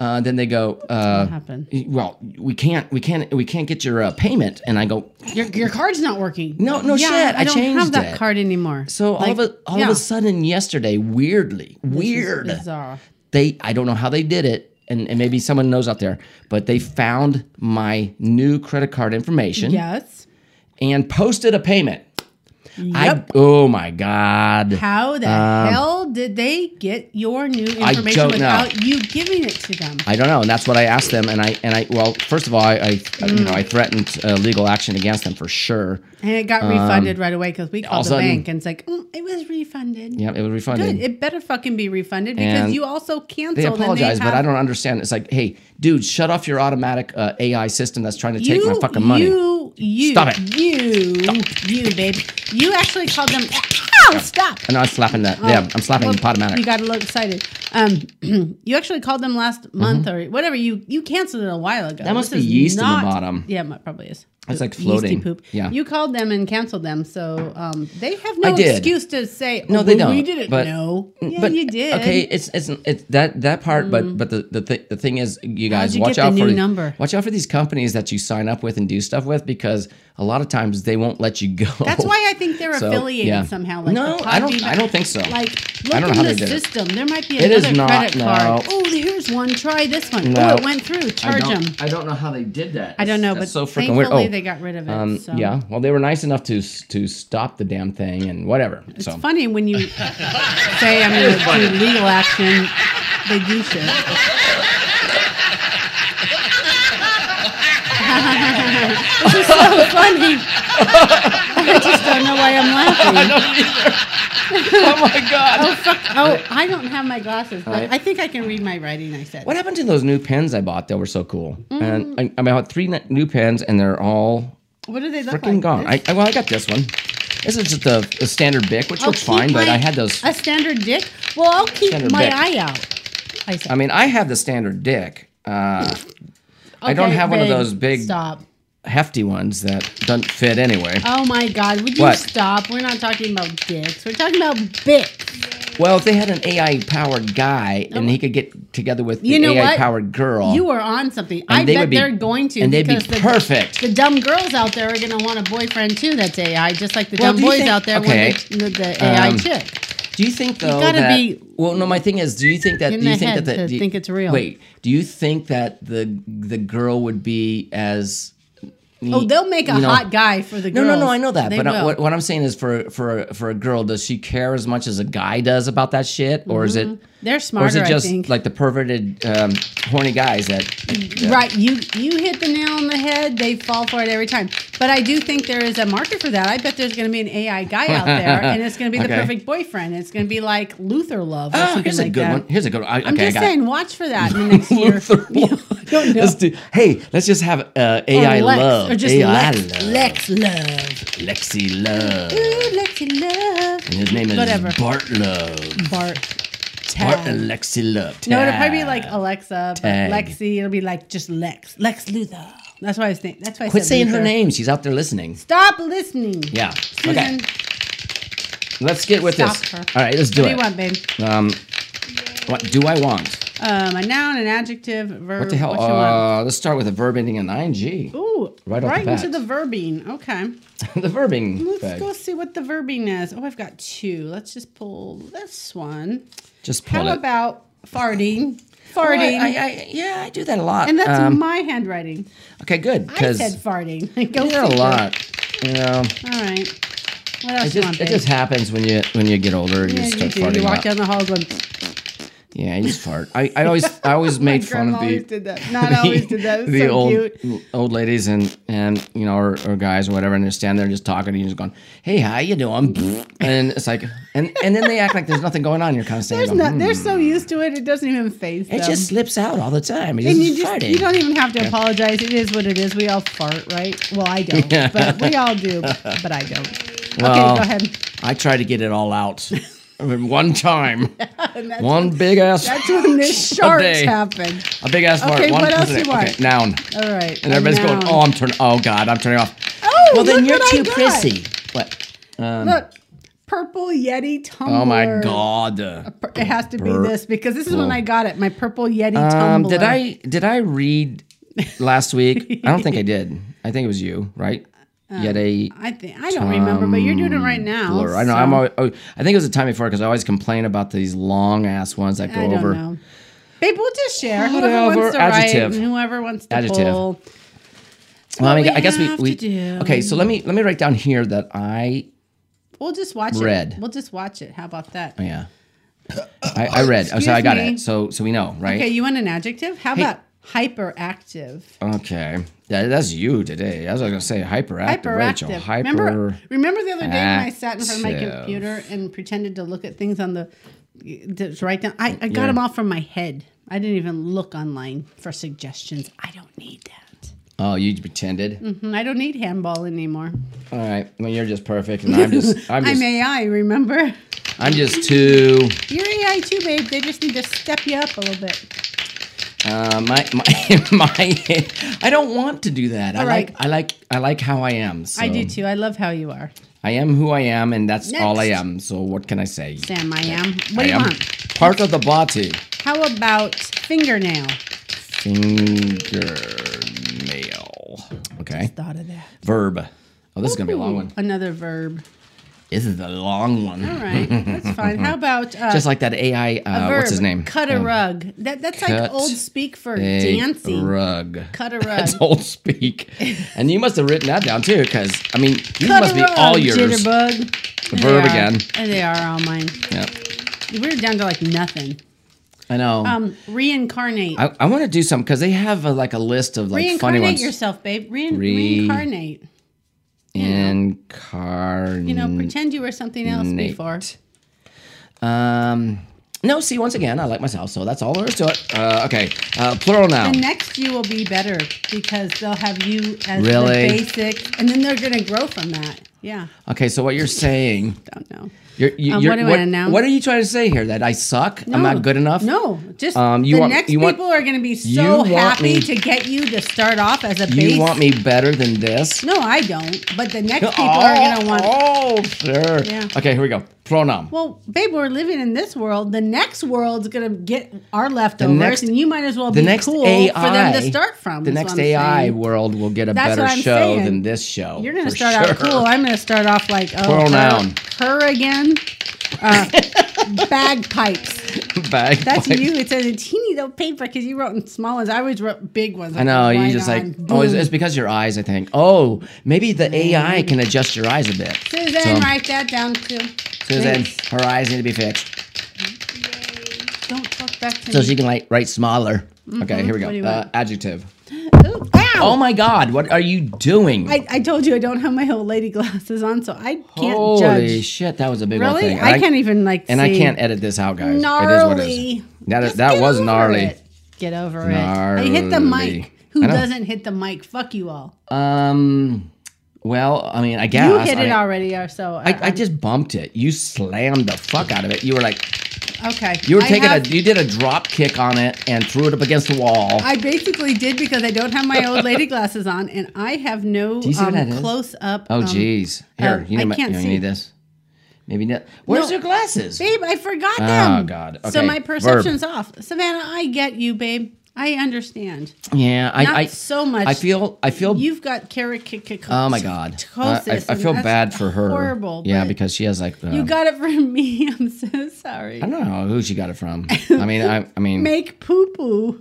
uh, then they go. Uh,
happen.
Well, we can't. We can't. We can't get your uh, payment. And I go.
Your, your card's not working.
No, no
yeah,
shit,
I,
I
don't
changed
have that
it.
card anymore.
So all of
Like,
a all
yeah.
of a sudden yesterday, weirdly, weird.
bizarre.
They I don't know how they did it, and, and maybe someone knows out there, but they found my new credit card information
Yes.
and posted a payment. I
Yep.
oh my god.
How the hell did they get your new
Um, don't
information
know.
without you giving it to them?
I don't know, and that's what I asked them. And I and I well, first of all, I, I you know I
Mm.
threatened uh, legal action against them for sure.
And it got refunded right away because we
Um, all
called the
of a sudden-
bank and it's like, "Mm, it was refunded.
Yeah, it was refunded.
Good. It better fucking be refunded
And
because you also canceled.
they
and
apologize, but
have-
I don't understand. It's like, hey, dude, shut off your automatic uh, AI system that's trying to take my fucking money.
You, you,
Stop it.
You, you, babe. You actually called them. Ow, stop.
and I'm slapping that. yeah, I'm slapping
Oh, Well,
the automatic.
You got a little excited. Um, you actually called them last month or whatever. You you canceled it a while ago.
Mm-hmm. That must
This
be
is
yeast in the bottom.
Yeah, it probably is.
It's like
Yeasty
floating.
poop.
Yeah.
You called them and canceled them, so um, they have no
I did.
excuse to say
no,
"Oh,
they
well,
don't.
We didn't
but, Mm,
know. Yeah,
but-
you did. Mm.
Okay, it's it's it's that that part. But but the the, th- the thing is, you guys
you
watch
get the
out for
new number?
watch out for these companies that you sign up with and do stuff with because a lot of times they won't let you go.
That's why I think they're
So,
affiliated
yeah.
somehow. Like
No,
the
I don't-
Podbean-
I don't think so.
Like,
I
look
don't know
in
how
the
they did it.
system. There might be
It
another
is not,
credit card.
no.
Oh, here's one. Try this one.
No.
Oh, it went through.
I
Charge them.
don't, I don't know how they did that.
I don't know, but
That's so freaking
thankfully
weird. Oh,
they got rid of it.
um,
so.
yeah. Well, they were nice enough to s- to stop the damn thing and whatever. so
It's funny when you say I'm going to do legal action, they do shit. this is so funny. I just don't know why I'm laughing.
oh my god.
Oh, I don't have my glasses, but I think I can read my writing. I said.
What happened to those new pens I bought that were so cool?
Mm.
And I, I mean, I bought three ne- new pens, and they're all
What do they look
freaking
like?
gone. I, I well, I got this one. This is just a, a standard Bic, which
I'll
works
Oh, keep
fine, but
my-
I had those.
A standard dick? Well, I'll keep
Standard
my
dick.
eye out. I said.
I mean, I have the standard Dick. Uh, I don't
Okay,
have one of
babe,
those big,
Stop.
hefty ones that don't fit anyway.
Oh my God! Would you
What?
stop? We're not talking about dicks. We're talking about bits.
Well, if they had an AI powered guy and he could get together with the
Oh. You know
AI
what?
powered girl,
You are on something.
and
I
they
bet
would be-
they're going to.
and they'd be
because the-
perfect.
The dumb girls out there are going to want a boyfriend too. That's AI, just like the
Well,
dumb
do you
boys
think-
out there
okay,
want the, the, the AI
um,
chick.
do you think though
gotta
that?
be-
well, no, my thing is, do you think that?
in
Do you
the
think
head
that? The,
to
do you-
think it's real.
Wait, do you think that the the girl would be as?
Oh, they'll make a
you know-
hot guy for the
No,
girls.
no, no. I know that,
They
but I,
will.
what, what I'm saying is, for for a- for a girl, does she care as much as a guy does about that shit, or is it?
Mm-hmm. they're
Or
smarter.
is it
I think.
just like the perverted, um, horny guys that? that-
Right, you you hit the nail on the head. They fall for it every time. But I do think there is a market for that. I bet there's going to be an AI guy out there, and it's going to be the
Okay.
perfect boyfriend. It's going to be like Luther love. Or
Oh,
something
here's a
like
good
that.
one. Here's a good one. I,
I'm
okay, I
just
got it.
saying, watch for that in the next year.
Luther
I don't know.
Let's do. Hey, let's just have uh,
Or
AI
Lex,
love.
or just
AI
Lex,
love.
Lex love.
Lexi love.
Ooh, Lexi love.
And his name is
Whatever.
Bart Love.
Bart.
Bart
Tag.
and Lexi Love.
No, it'll probably be like
Tag.
Alexa, but
Tag.
Lexi. It'll be like just Lex, Lex Luthor. That's why I was thinking. That's why I
Quit
said
saying her
Luther.
name. She's out there listening.
Stop listening.
Yeah.
Susan,
Okay. Let's get with
Stop
this.
her.
All right, let's do
what do
it.
you want, babe?
Um, what do I want?
Um, a noun, an adjective, a verb.
What the hell?
you want?
Uh, let's start with a verb ending in ing.
Ooh,
right
right,
off the
into
bat.
the verbing. Okay.
the verbing.
Let's
bag.
go see what the verbing is. Oh, I've got two. Let's just pull this one.
Just pull
How
it.
about farting?
Oh, I-
Farting.
I- I- yeah, I do that a lot.
and that's
Um,
my handwriting.
okay. Good
I
because
said
I
farting. go
do that a
figure.
lot. You know,
All right. What else
it
you want,
just it
babe?
just happens when you when you get older. You
yeah, you
start
do.
farting.
You
a
walk
lot.
down the hall going.
Yeah, you just fart. I, I always I always made
My
fun
grandma
of the
always did that. Not always did that. It was
the
so
old
cute.
old ladies and and you know or, or guys or whatever, and they stand there just talking, and you're just going, "Hey, how you doing?" And it's like, and and then they act like there's nothing going on. You're kind of standing.
There's
there
no,
going,
they're so used to it, it doesn't even phase
"Hmm."
them.
Mm. it just slips out all the time. It's
and you
just
just
farting.
you don't even have to apologize. It is what it is. We all fart, right? Well, I don't, but we all do. But I don't.
Well,
okay, go ahead.
I try to get it all out in one time,
And that's,
one big ass,
that's when this sharks
day.
happened.
a big ass fart.
Okay,
one
what else
person-
you want?
Okay, noun.
All right.
And everybody's
now-
going, "Oh, I'm turning. Oh God, I'm turning off."
Oh,
well, then
look
you're
what I
too
got.
prissy. What?
Look, purple Yeti tumbler.
Oh my God.
Pur- It has to be this because this is when I got it. My purple Yeti
Um,
tumbler.
did I did I read last week? I don't think I did. I think it was you, right? Yet a
I think I don't remember, but you're doing it right now.
blur. I know.
so
I'm. Always, oh, I think it was the time before because I always complain about these long ass ones that go
I don't
over.
know. Babe, we'll just share. Whoever
Whatever.
wants to
Adjective.
write, and whoever wants to
Adjective.
pull. That's
Well, I,
what
mean,
we
I guess we,
have to
we
do.
okay. So let me let me write down here that I
We'll just watch
Red.
it. We'll just watch it. How about that?
oh, yeah I, I read. Oh, so I
Excuse
got
me.
it. So so we know, right?
Okay,
Okay.
you want an adjective? How about hyperactive?
That, that's you today. I was gonna say hyperactive. Rachel.
Hyperactive.
Hyper.
remember, remember the other day when I sat in front of my
active.
computer and pretended to look at things on the to write down. I, I got them all from my head. I didn't even look online for suggestions. I don't need that.
Oh, you pretended.
Mhm, I don't need handball anymore.
All right. Well, you're just perfect, and I'm just I'm
I'm
just
AI, remember?
I'm just too.
You're AI too, babe. They just need to step you up a little bit.
Uh, my my my. I don't want to do that. I
All right.
like I like I like how I am. So
I do too. I love how you are.
I am who I am, and that's all I
Next.
am. So what can I say?
Sam, I am. What
I
do you
am
want?
part of the body.
How about fingernail?
Fingernail. Okay.
Thought of that.
Verb. Oh, this is gonna be a long one.
Another verb.
This is a long one.
All right, that's fine. How about uh,
Just like that AI.
a
Uh, what's
verb?
his name?
Cut a rug. That that's
cut
like old speak for
a
dancing.
Rug.
Cut a
That's
rug.
old speak. And you must have written that down too, because I mean, these
Cut
must
a
be
rug,
all yours.
Jitterbug. The
verb again.
And they are all mine.
Yep.
We're down to like nothing.
I know.
Um, reincarnate.
I, I want to do some because they have a, like a list of like funny
reincarnate
ones.
yourself, babe. Rein-
Re-
reincarnate.
Incarnate.
You know, pretend you were something else
Nate.
before.
um, no, see, once again, I like myself, so that's all there is to it. Uh, okay, uh, plural noun.
And next you will be better because they'll have you as
Really?
the basic, and then they're going to grow from that. Yeah,
okay, so what you're saying?
don't know.
You're, you,
Um,
you're,
what do I announce?
what are you trying to say here? That I suck? I'm
No,
not good enough?
No, just
Um, you
the
want-
next
you want-
people are going to be
you
so
want
happy
me-
to get you to start off as a base.
You want me better than this?
No, I don't. But the next people are going to want.
Oh, sure.
Yeah.
Okay, here we go. Pronoun.
Well, babe, we're living in this world. The next world's going to get our leftovers,
next-
and you might as well
the
be
next
cool
AI.
for them to start from.
the
is what
next
I'm
AI
saying.
world will get a
That's
better
what I'm
show
saying.
than this show.
You're gonna
for
start out
sure.
cool. I'm gonna start off like oh,
Pronoun.
her, her again. Uh, bagpipes.
Bag
That's
wipe.
you. It says a teeny little paper because you wrote in small ones. I always wrote big ones.
I know. You
right
just
on.
like oh, it's,
Boom.
it's because your eyes. I think. Oh, maybe the AI can adjust your eyes a bit.
Susan,
So,
write that down too.
Susan,
Thanks.
her eyes need to be fixed
don't talk back to
so
me.
she can like write smaller. Okay, here
Mm-hmm. What do
we go.
you
Uh,
want?
adjective.
Ooh, ow!
Oh my God, what are you doing?
I, I told you I don't have my old lady glasses on, so I can't
Holy
judge.
shit, that was a big old
Really,
thing.
I, can't even like.
And
see.
I can't edit this out, guys. It is
Gnarly.
what it is. That is,
Just
that
get
was
over
gnarly.
it. Get over it. I hit the
Gnarly.
mic. Who
I know.
doesn't hit the mic? Fuck you all.
Um. Well, I mean, I guess
you hit
I,
it already, or so.
I, I just bumped it. You slammed the fuck out of it. You were like,
okay.
you were
I
taking
have-
a, you did a drop kick on it and threw it up against the wall.
I basically did because I don't have my old lady glasses on, and I have no
you see
um,
what that is?
close up.
oh,
um,
jeez. Here,
uh,
you,
I
need my,
can't
you need
see.
this. Maybe not. Where's
No.
your glasses?
Babe, I forgot
Oh,
them.
God.
So
Okay.
my perception's off. Savannah, I get you, babe. I understand.
Yeah, I,
Not
I
so much.
I feel I feel
You've got keratoconus.
Oh my god! I, I- I feel bad for her.
Horrible.
Yeah,
but
because she has like the.
you got it from me. I'm so sorry.
I don't know who she got it from. I mean, I, I mean,
Make poo poo.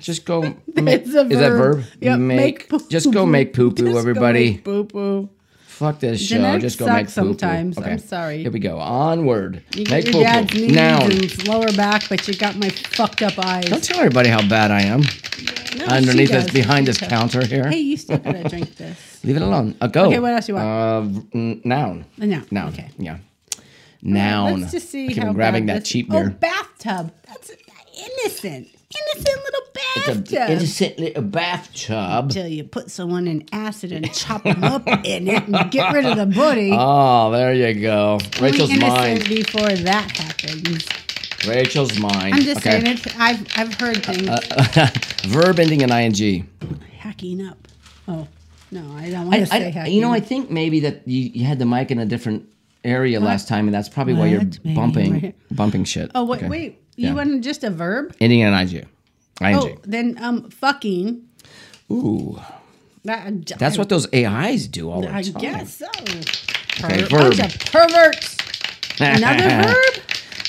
just go. ma-
It's a
is that
verb.
verb?
Yep,
make.
make poo-poo.
just go make poo poo, everybody.
Poo poo.
Fuck this show.
Genetics
just go
suck
make poo poo.
sometimes. I'm sorry.
Here we go. Onward.
You
make
got
poo
your dad's
poo.
knees
Noun.
and lower back, but you got my fucked up eyes.
Don't tell everybody how bad I am.
No, Oh, she
Underneath this,
does.
behind this counter here.
Hey, you still gotta drink this.
Leave it alone. Uh, go.
Okay, what else you want?
Uh, v- mm, noun.
A noun,
Noun.
okay.
Yeah. Noun.
Let's just see
I keep
how
on grabbing
bad
that
this-
cheap
Oh,
beer.
bathtub. That's innocent. Innocent little
It's
bathtub.
a innocent little bathtub.
Till you put someone in acid and chop them up in it and get rid of the booty.
Oh, there you go. Rachel's
Only
mine.
innocent before that happens.
Rachel's mine.
I'm just saying it. I've I've
Uh,
heard things
Verb ending in ing.
hacking up. Oh no, I don't want to say
I,
hacking.
you know, I
up.
think maybe that you, you had the mic in a different area last time, and that's probably why you're
What? Maybe
bumping
right here.
bumping shit.
Oh wait,
Okay.
wait. You
Yeah.
want just a verb?
Ending in ing.
Oh,
Ing.
then um, fucking. Oh.
Ooh,
That,
that's what those AIs do all the time.
I guess so.
Okay,
Perver- Bunch
verb.
of perverts. Another verb?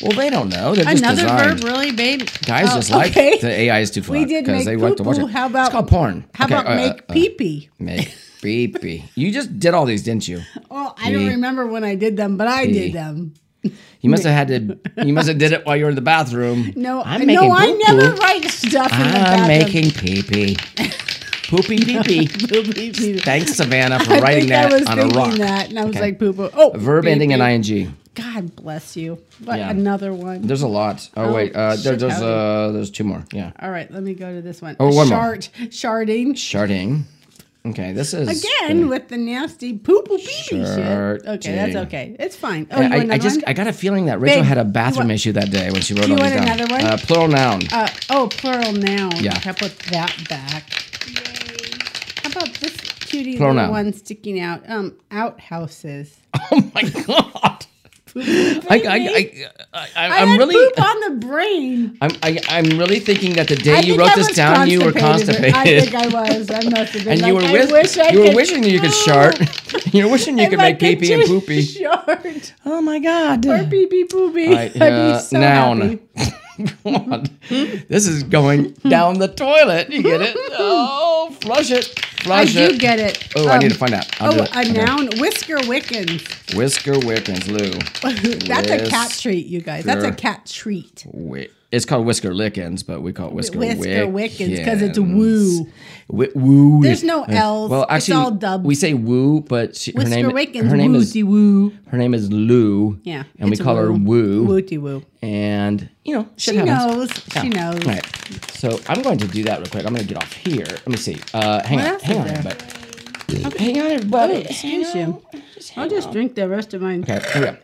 Well, they don't know. They're just
Another
designed.
verb, really, babe?
Guys
Oh,
just like
okay.
the AIs to fuck
We did make
because they like to watch
poo-poo.
it.
How about-
it's called porn?
How
Okay,
about
uh,
make
uh, uh,
pee pee?
Make beepy. You just did all these, didn't you?
Oh, I don't
pee.
remember when I did them, but I
Pee.
did them.
You must have had to. You must have did it while you were in the bathroom.
No, i
I'm making
no, I
poo-poo.
never write stuff in the
I'm
bathroom.
making pee pee. Poopy pee pee.
poo pee pee.
Thanks, Savannah, for
I
writing
think I was
that on a
thinking
rock.
that, and I was
Okay.
like, poo poo. Oh,
Verb
pee
ending in
pee.
ing.
God bless you. But
Yeah.
another one.
There's a lot. Oh, wait, uh, there,
shit,
there's
howdy.
uh, there's two more. Yeah,
All right, let me go to this one.
Oh, one more.
Shart, sharding.
sharding. Okay, this is
Again with the nasty poo poo pee pee shit. Okay, that's
Sharding.
okay. It's fine. Oh, you want
I, I
another
just
one?
I got a feeling that Rachel
Babe,
had a
you
bathroom
want-
issue that day when she wrote
Do you
all these
want
down.
another one?
Uh, plural noun.
Uh, oh, plural noun.
Yeah.
I put that back. How about this cutie
Plural
little
noun.
one sticking out? Um, outhouses.
oh my god! I, I, I, I,
I
I'm
had
really
poop on the brain.
I'm I, I'm really thinking that the
I
day you
think
wrote
I
this
was
down, you were constipated.
I think I was. I must have been.
and
like,
you were
I
with,
wish I
you were
could-
wishing that you could shart. you were wishing you
If
could
I
make pee pee and
do
poopy.
Short.
Oh my god!
Or pee pee poopy.
I-
I'd be
uh,
so
noun.
happy. Hmm?
God, this is going down the toilet. You get it? Oh, flush it,
I
flush
do
it.
get it.
Oh, I
Um,
need to find out. I'll do
oh,
it.
a
Okay.
noun. Whisker Wiccans.
Whisker Wickens Lou.
That's a cat
Whisker.
treat, you guys. That's a
Sure.
cat treat.
Wi- It's called Whisker Lickens, but we call it Whisker,
Whisker Wickens, 'cause it's
Wickens.
woo.
Wi- woo.
There's no L's.
Well,
It's
actually,
all dubbed.
we say woo, but she, her
Whisker
name
Wiccans.
her name is
Wooty woo.
her name is Lou.
Yeah,
and we
it's
call her Woo.
Wooty woo.
And you know, shit
She
happens.
knows. She
Yeah.
knows.
All right. So I'm going to do that real quick. I'm going to get off here. Let me see. Uh, hang
What
on.
else
Hang
is
on,
there?
everybody. Hang on, everybody.
Oh, excuse
Hang on.
you. I'll just drink the rest of mine.
Okay. Here we go.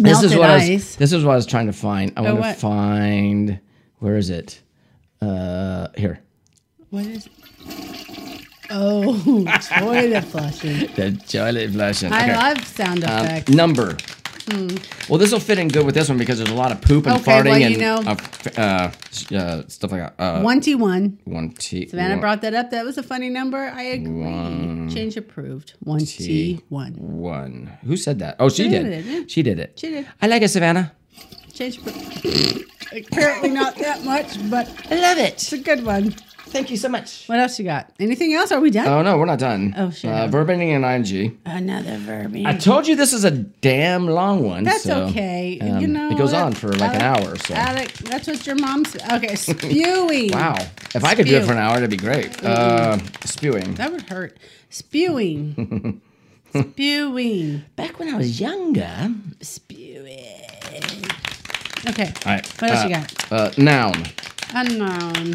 Melted
this is what
ice.
I was, this is what I was trying to find. I want to
what?
find where is it? Uh, here.
What is? Oh, toilet flushing.
The toilet flushing.
I
Okay.
love sound
Um,
effects.
number. Well, this will fit in good with this one because there's a lot of poop and
Okay,
farting
well, you
and
know-
uh, f- uh, s- uh, stuff like that. Uh,
One T one.
one T.
Savannah
one-
brought that up. That was a funny number. I agree. Change approved. One T one.
one. Who said that? Oh, she
Savannah
did.
did, yeah.
She did it.
She did.
I like it, Savannah.
Change approved. Apparently not that much, but
I love
it's
it.
a good one.
Thank you so much.
What else you got? Anything else? Are we done?
Oh no, we're not done.
Oh, shit.
Uh, verb ending in ing.
Another verb.
I told you this is a damn long one.
That's
so,
okay. you
um,
know
it goes
what?
on for like an
Alec-
hour. or So
Alec, that's what your mom said. Okay, spewing.
wow, if I could do
Spew.
it
Mm-hmm.
for an hour, that'd be great. Uh, spewing.
That would hurt. Spewing. spewing.
Back when I was younger.
Spewing. Okay.
All right.
What else
uh,
you got?
Uh, noun.
Unknown. um,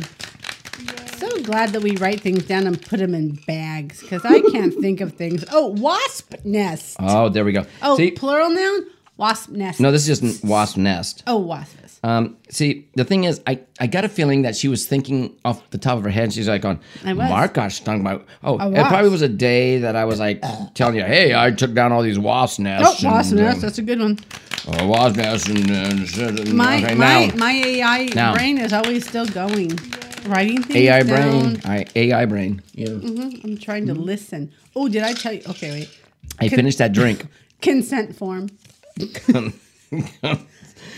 So glad that we write things down and put them in bags because I can't think of things. Oh, wasp nest.
Oh, there we go.
Oh,
See,
plural noun? Wasp nest.
No, this is just n- wasp nest.
Oh, wasps.
Um, see, the thing is, I, I got a feeling that she was thinking off the top of her head. She's like, on
I was.
Markosh talking about. Oh, it
wasp.
probably was a day that I was like telling you, hey, I took down all these wasp
Oh,
nests.
wasp
and,
nest.
um,
That's a good one.
oh, wasp nests. And, and, and
My
okay,
my
now,
my AI
Noun.
brain is always still going. Writing things
AI
down. Mm-hmm.
brain. I, AI brain. Yeah.
I'm trying to listen. Oh, did I tell you? Okay, wait.
I finished that drink.
Consent form.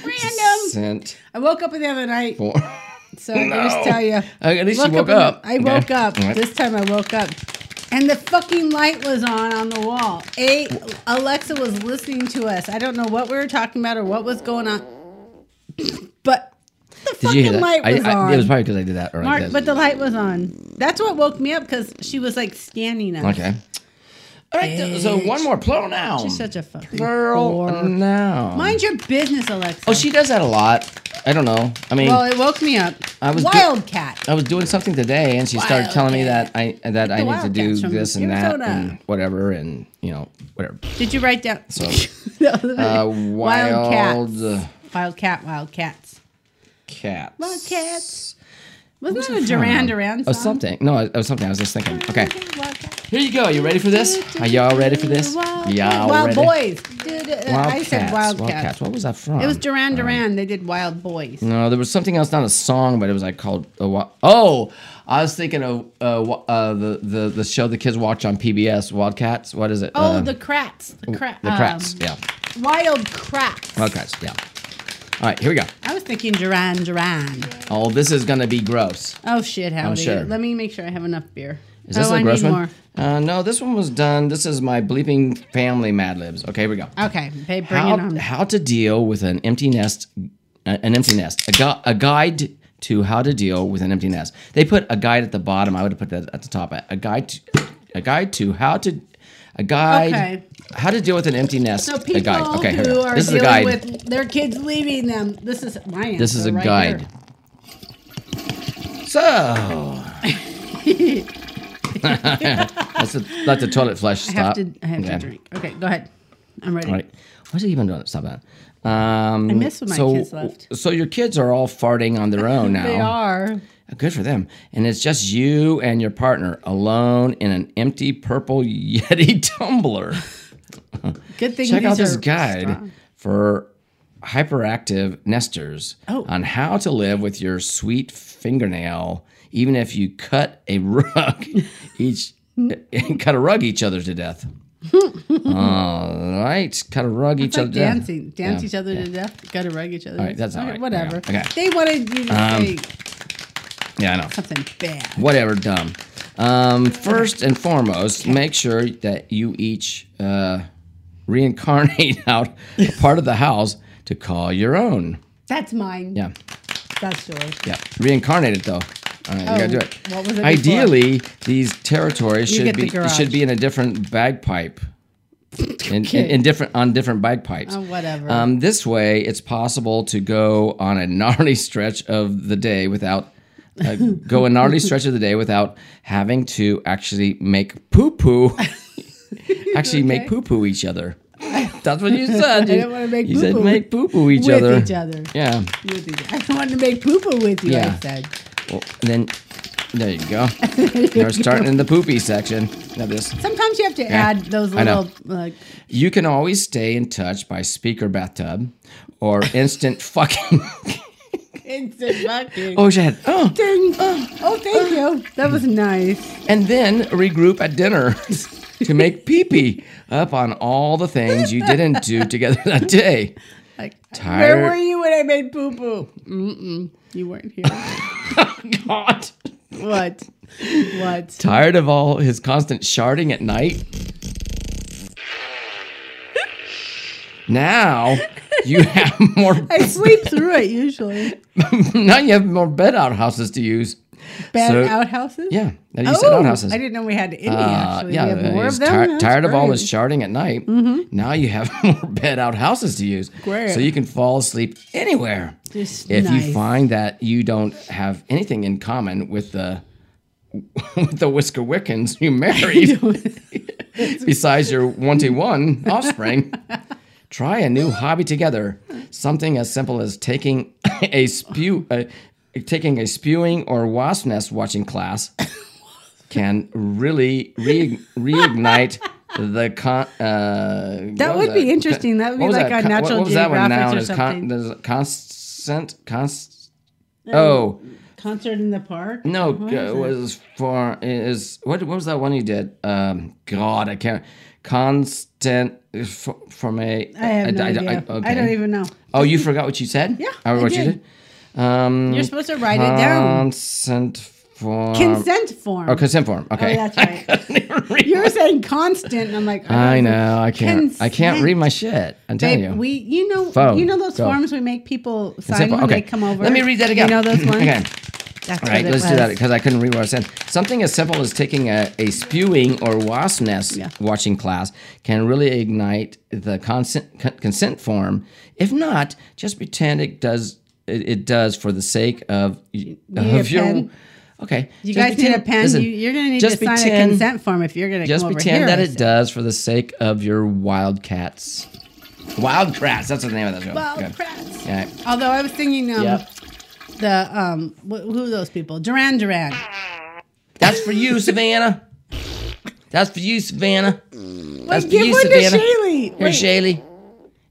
Random.
Sent
I woke up the other night,
for.
so I just tell you.
Okay, Uh, at least you woke
in the-
up.
I
Okay.
woke up.
All right.
This time I woke up. And the fucking light was on on the wall. A Alexa was listening to us. I don't know what we were talking about or what was going on, but the
Did
fucking
you hear that?
light
I-
was
I-
on.
It was probably because I did that. Or
Mark,
like this.
but the light was on. That's what woke me up because she was like scanning us.
okay. All right. th- So one more pronoun.
She's such a fucking
Girl,
whore.
now.
Mind your business, Alexa.
Oh, she does that a lot. I don't know. I mean,
Well, it woke me up.
I was do-
Wildcat.
I was doing something today, and she started telling me that I that I need to do
Wildcats from
this and that
Arizona.
and whatever and you know whatever.
Did you write down?
So,
No, that was-
Uh, wild uh,
Wildcats. Wildcat. Wildcats.
cats.
Wildcats. Wasn't that a Duran Duran
Oh,
song?
something. No, it was something. I was just thinking. Okay,
Wildcat.
here you go. You ready for this? Are y'all ready for this?
Wild,
Y'all
wild
ready?
boys. Dude, uh, I said wildcats.
Wildcats. Wildcats. What was that from?
It was
Uh,
Duran Duran. They did Wild Boys.
No, there was something else, not a song, but it was like called. A wa- oh, I was thinking of uh, wa- uh, the, the the show the kids watch on PBS, Wildcats. What is it?
Oh,
Uh,
the Kratz. The, Kra-
the Kratz.
um,
yeah,
Wild Kratz.
Wildcats. Yeah. All right, here we go.
I was thinking Duran Duran.
Oh, this is gonna be gross.
Oh, shit, howdy.
sure.
Let me make sure I have enough beer.
Is this
oh,
a
I
gross
need
one?
more.
Uh, no, this one was done. This is my bleeping family Mad Libs. Okay, here we go.
Okay, babe, bring it
how,
on.
how to deal with an empty nest a- an empty nest a, gu- a guide to how to deal with an empty nest they put a guide at the bottom i would have put that at the top a guide to, a guide to how to a guide
Okay.
how to deal with an empty nest
So people
a guide okay here we
who
go.
are
this is a
dealing
guide
with their kids leaving them, this is my answer.
this is a
right
guide
here.
so that's the, let the toilet flush
I
stop
have to. I have
Okay.
to drink. Okay, go ahead. I'm ready.
All right. What's it even doing? Stop that. Um, I
miss when my kids left.
So your kids are all farting on their own now.
They are.
Good for them. And it's just you and your partner alone in an empty purple Yeti tumbler.
Good thing.
Check
these
out this
are
guide
strong.
for hyperactive nesters
Oh.
on how to live with your sweet fingernail, even if you cut a rug each cut a rug each other to death. All right, cut a rug each
It's like
other. to death.
dancing, dance
Yeah,
each other
yeah.
to death. Got to rug each other.
right, that's all
Okay,
right.
Whatever.
Okay. Um,
They wanted you to say
Yeah, I know.
something bad.
Whatever, dumb. Um, first and foremost, make sure that you each uh, reincarnate out a part of the house to call your own.
That's mine.
Yeah,
That's yours.
yeah. Reincarnate it though. All right, you gotta
Oh,
do it.
what was it
Ideally, these territories
You
should
get the
be
garage.
should be in a different bagpipe. In, in,
Okay.
in different on different bagpipes.
Oh, whatever.
Um, this way, it's possible to go on a gnarly stretch of the day without uh, go a gnarly stretch of the day without having to actually make poo poo. actually, make poo poo each other. That's what you said.
I
You-
don't wanna make
You said
poo-poo
make poo poo each
with
other.
each other.
Yeah.
With each other. I don't want to make poo-poo with you.
Yeah.
I said.
Well, then there you go. You're starting in the poopy section of this.
Sometimes you have to
Yeah,
add those
I know.
little like.
You can always stay in touch by speaker bathtub or instant fucking.
Instant fucking.
oh shit! Oh,
Ding. Oh, thank you. That was nice.
and then regroup at dinner to make pee pee up on all the things you didn't do together that day.
Like,
Tired.
where were you when I made poo poo? Mm-mm. You weren't here.
God.
what? What?
Tired of all his constant sharding at night? Now you have more.
I sleep through it usually.
now you have more bed outhouses to use.
Bad
So-
outhouses. Oh,
Yeah, now you said outhouses.
I didn't know we had any.
Uh,
actually, we have more
he's
of them.
tir-
That's
tired of all
great. Mm-hmm.
this sharding at night. Now you have more bed out houses to use,
Great.
so you can fall asleep anywhere.
Just
if you
nice.
find that you don't have anything in common with the with the Whisker Wiccans you married, besides your one to one offspring, Try a new hobby together. Something as simple as taking a spew, uh, taking a spewing or wasp nest watching class can really re- reignite the con. Uh,
That
what was
would be interesting. That would
what
be
was
like
that?
on
Con- what-
Natural
what was that one
Geographic
noun?
or
Is
something.
Con- there's a constant, const. Oh
Concert in the park?
no, it was for is what? What was that one he did? Um, God, I can't. Constant fro- from a.
I have no
I- I-
idea. I,
okay.
don't even know.
Oh, you forgot what you said?
Yeah,
Oh,
I
what you
did.
did? Um,
You're supposed to write it down.
Consent form.
Consent form.
Oh, consent form. Um, Okay.
Oh, that's right. you were saying constant, and I'm like, oh,
I know. I can't. I can't
Consent.
read my shit. I'm telling
Babe,
you.
we, you know,
Phone.
you know those
Go.
forms we make people sign
Consent form.
when
Okay.
they come over.
Let me read that again.
You know those ones.
okay.
That's
All right.
what it
Let's do
was.
that because I couldn't read what I said. Something as simple as taking a, a spewing or wasp nest
Yeah.
watching class can really ignite the consent con- consent form. If not, just pretend it does. It, it does for the sake of
a
of your.
pen?
Okay.
You
just
guys need a
pretend-
pen.
listen,
you, you're going to need to
just
sign
pretend-
a consent form if you're going to
Just
come over
pretend
here.
that
I
it
said.
does for the sake of your wildcats. Wildcrats. That's the name of that show.
Wild
Good.
crats.
Yeah.
Although I was thinking, um,
Yeah.
the um, wh- who are those people? Duran Duran.
That's for you, Savannah. That's for you, Savannah. That's
give one to Shaylee.
Here,
Wait.
Shaylee.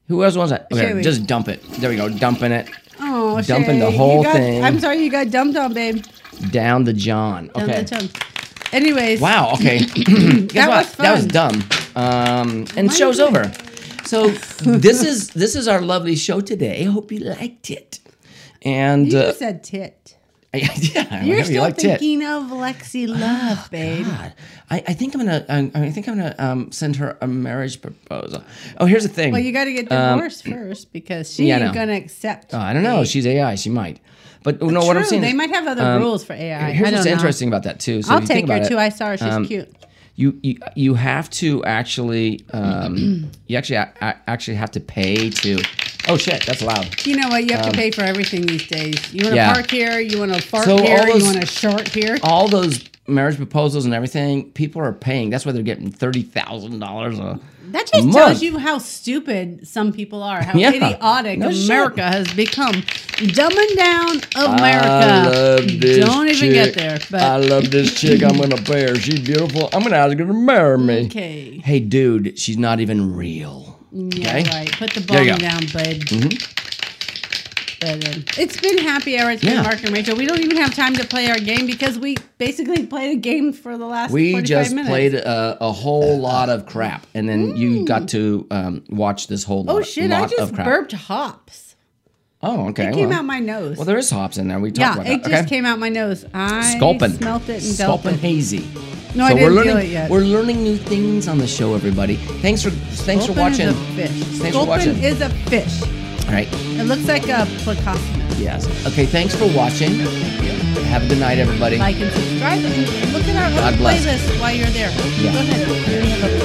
Who else wants that? Okay,
Shaylee.
just dump it. There we go. Dumping it
Oh,
Dumping the
Shay, you
whole
got-
thing.
I'm sorry, you got dumped on, babe.
down the John.
Down
Okay.
the tongue. Anyways,
Wow. Okay. Guess
That
what?
was
That was
fun.
dumb. Um, and
Why
show's
did-
over. So this is this is our lovely show today. I hope you liked it. And
you
uh,
said tit.
yeah,
You're
I hope you Oh,
still
liked it.
thinking of Lexi Love, babe.
God, I, I think I'm gonna I, I think I'm gonna um, send her a marriage proposal. Oh, here's the thing.
Well, you got to get divorced first because she
Um, yeah, I
ain't
know. Oh,
gonna accept.
Uh, I don't know. She's AI. She might. But no, what I'm
True,
saying
they
is-
might have other
um,
rules for AI.
Here's
I don't
what's
know.
interesting about that too. So if
I'll
you think
take her
about
too.
it,
I saw her. She's
um,
cute.
You, you you have to actually um, you actually a- a- actually have to pay to. Oh shit, that's loud.
You know what? You have to pay for everything these days. You want to
um, yeah.
park here. You want to fart
So
here.
all those-
you want to short here.
All those marriage proposals and everything, people are paying. That's why they're getting thirty thousand dollars a.
That
a
just
month.
tells you how stupid some people are, how
Yeah.
idiotic
No shit.
America has become. Dumbing down
I
America.
love this
Don't even
chick.
get there. But
I love this chick. I'm gonna bear. She's beautiful. I'm gonna ask her to marry me.
okay.
Hey, dude, she's not even real.
Yeah,
okay?
right. Put the
There you
bomb
go. Mm-hmm.
down, bud. But, um, it's been happy hour. It's been
Yeah.
Mark and Rachel. We don't even have time to play our game because we basically played a game for the last.
We
45
just
minutes. Hmm.
played a, a whole lot of crap, and then you got to um, watch this whole
Oh
lot,
shit!
lot
I just
of crap.
burped hops.
Oh, okay.
It came
well,
out my nose.
well, there is hops in there. We talked
yeah,
about
it
that.
just
okay.
came out my nose. I
Sculpin.
smelt it and dealt
Sculpin
it.
hazy.
No, I
so
didn't
we're
feel
learning.
it yet.
We're learning new things on the show, everybody. Thanks for thanks for
Sculpin
watching.
Is a fish.
Thanks for
Sculpin
watching.
is a fish.
All right.
It looks like a placosma.
Yes. Okay. Thanks for watching. Have a good night, everybody.
Like and subscribe and look at our
God
other
bless.
playlist while you're there.
Yeah.
Go ahead.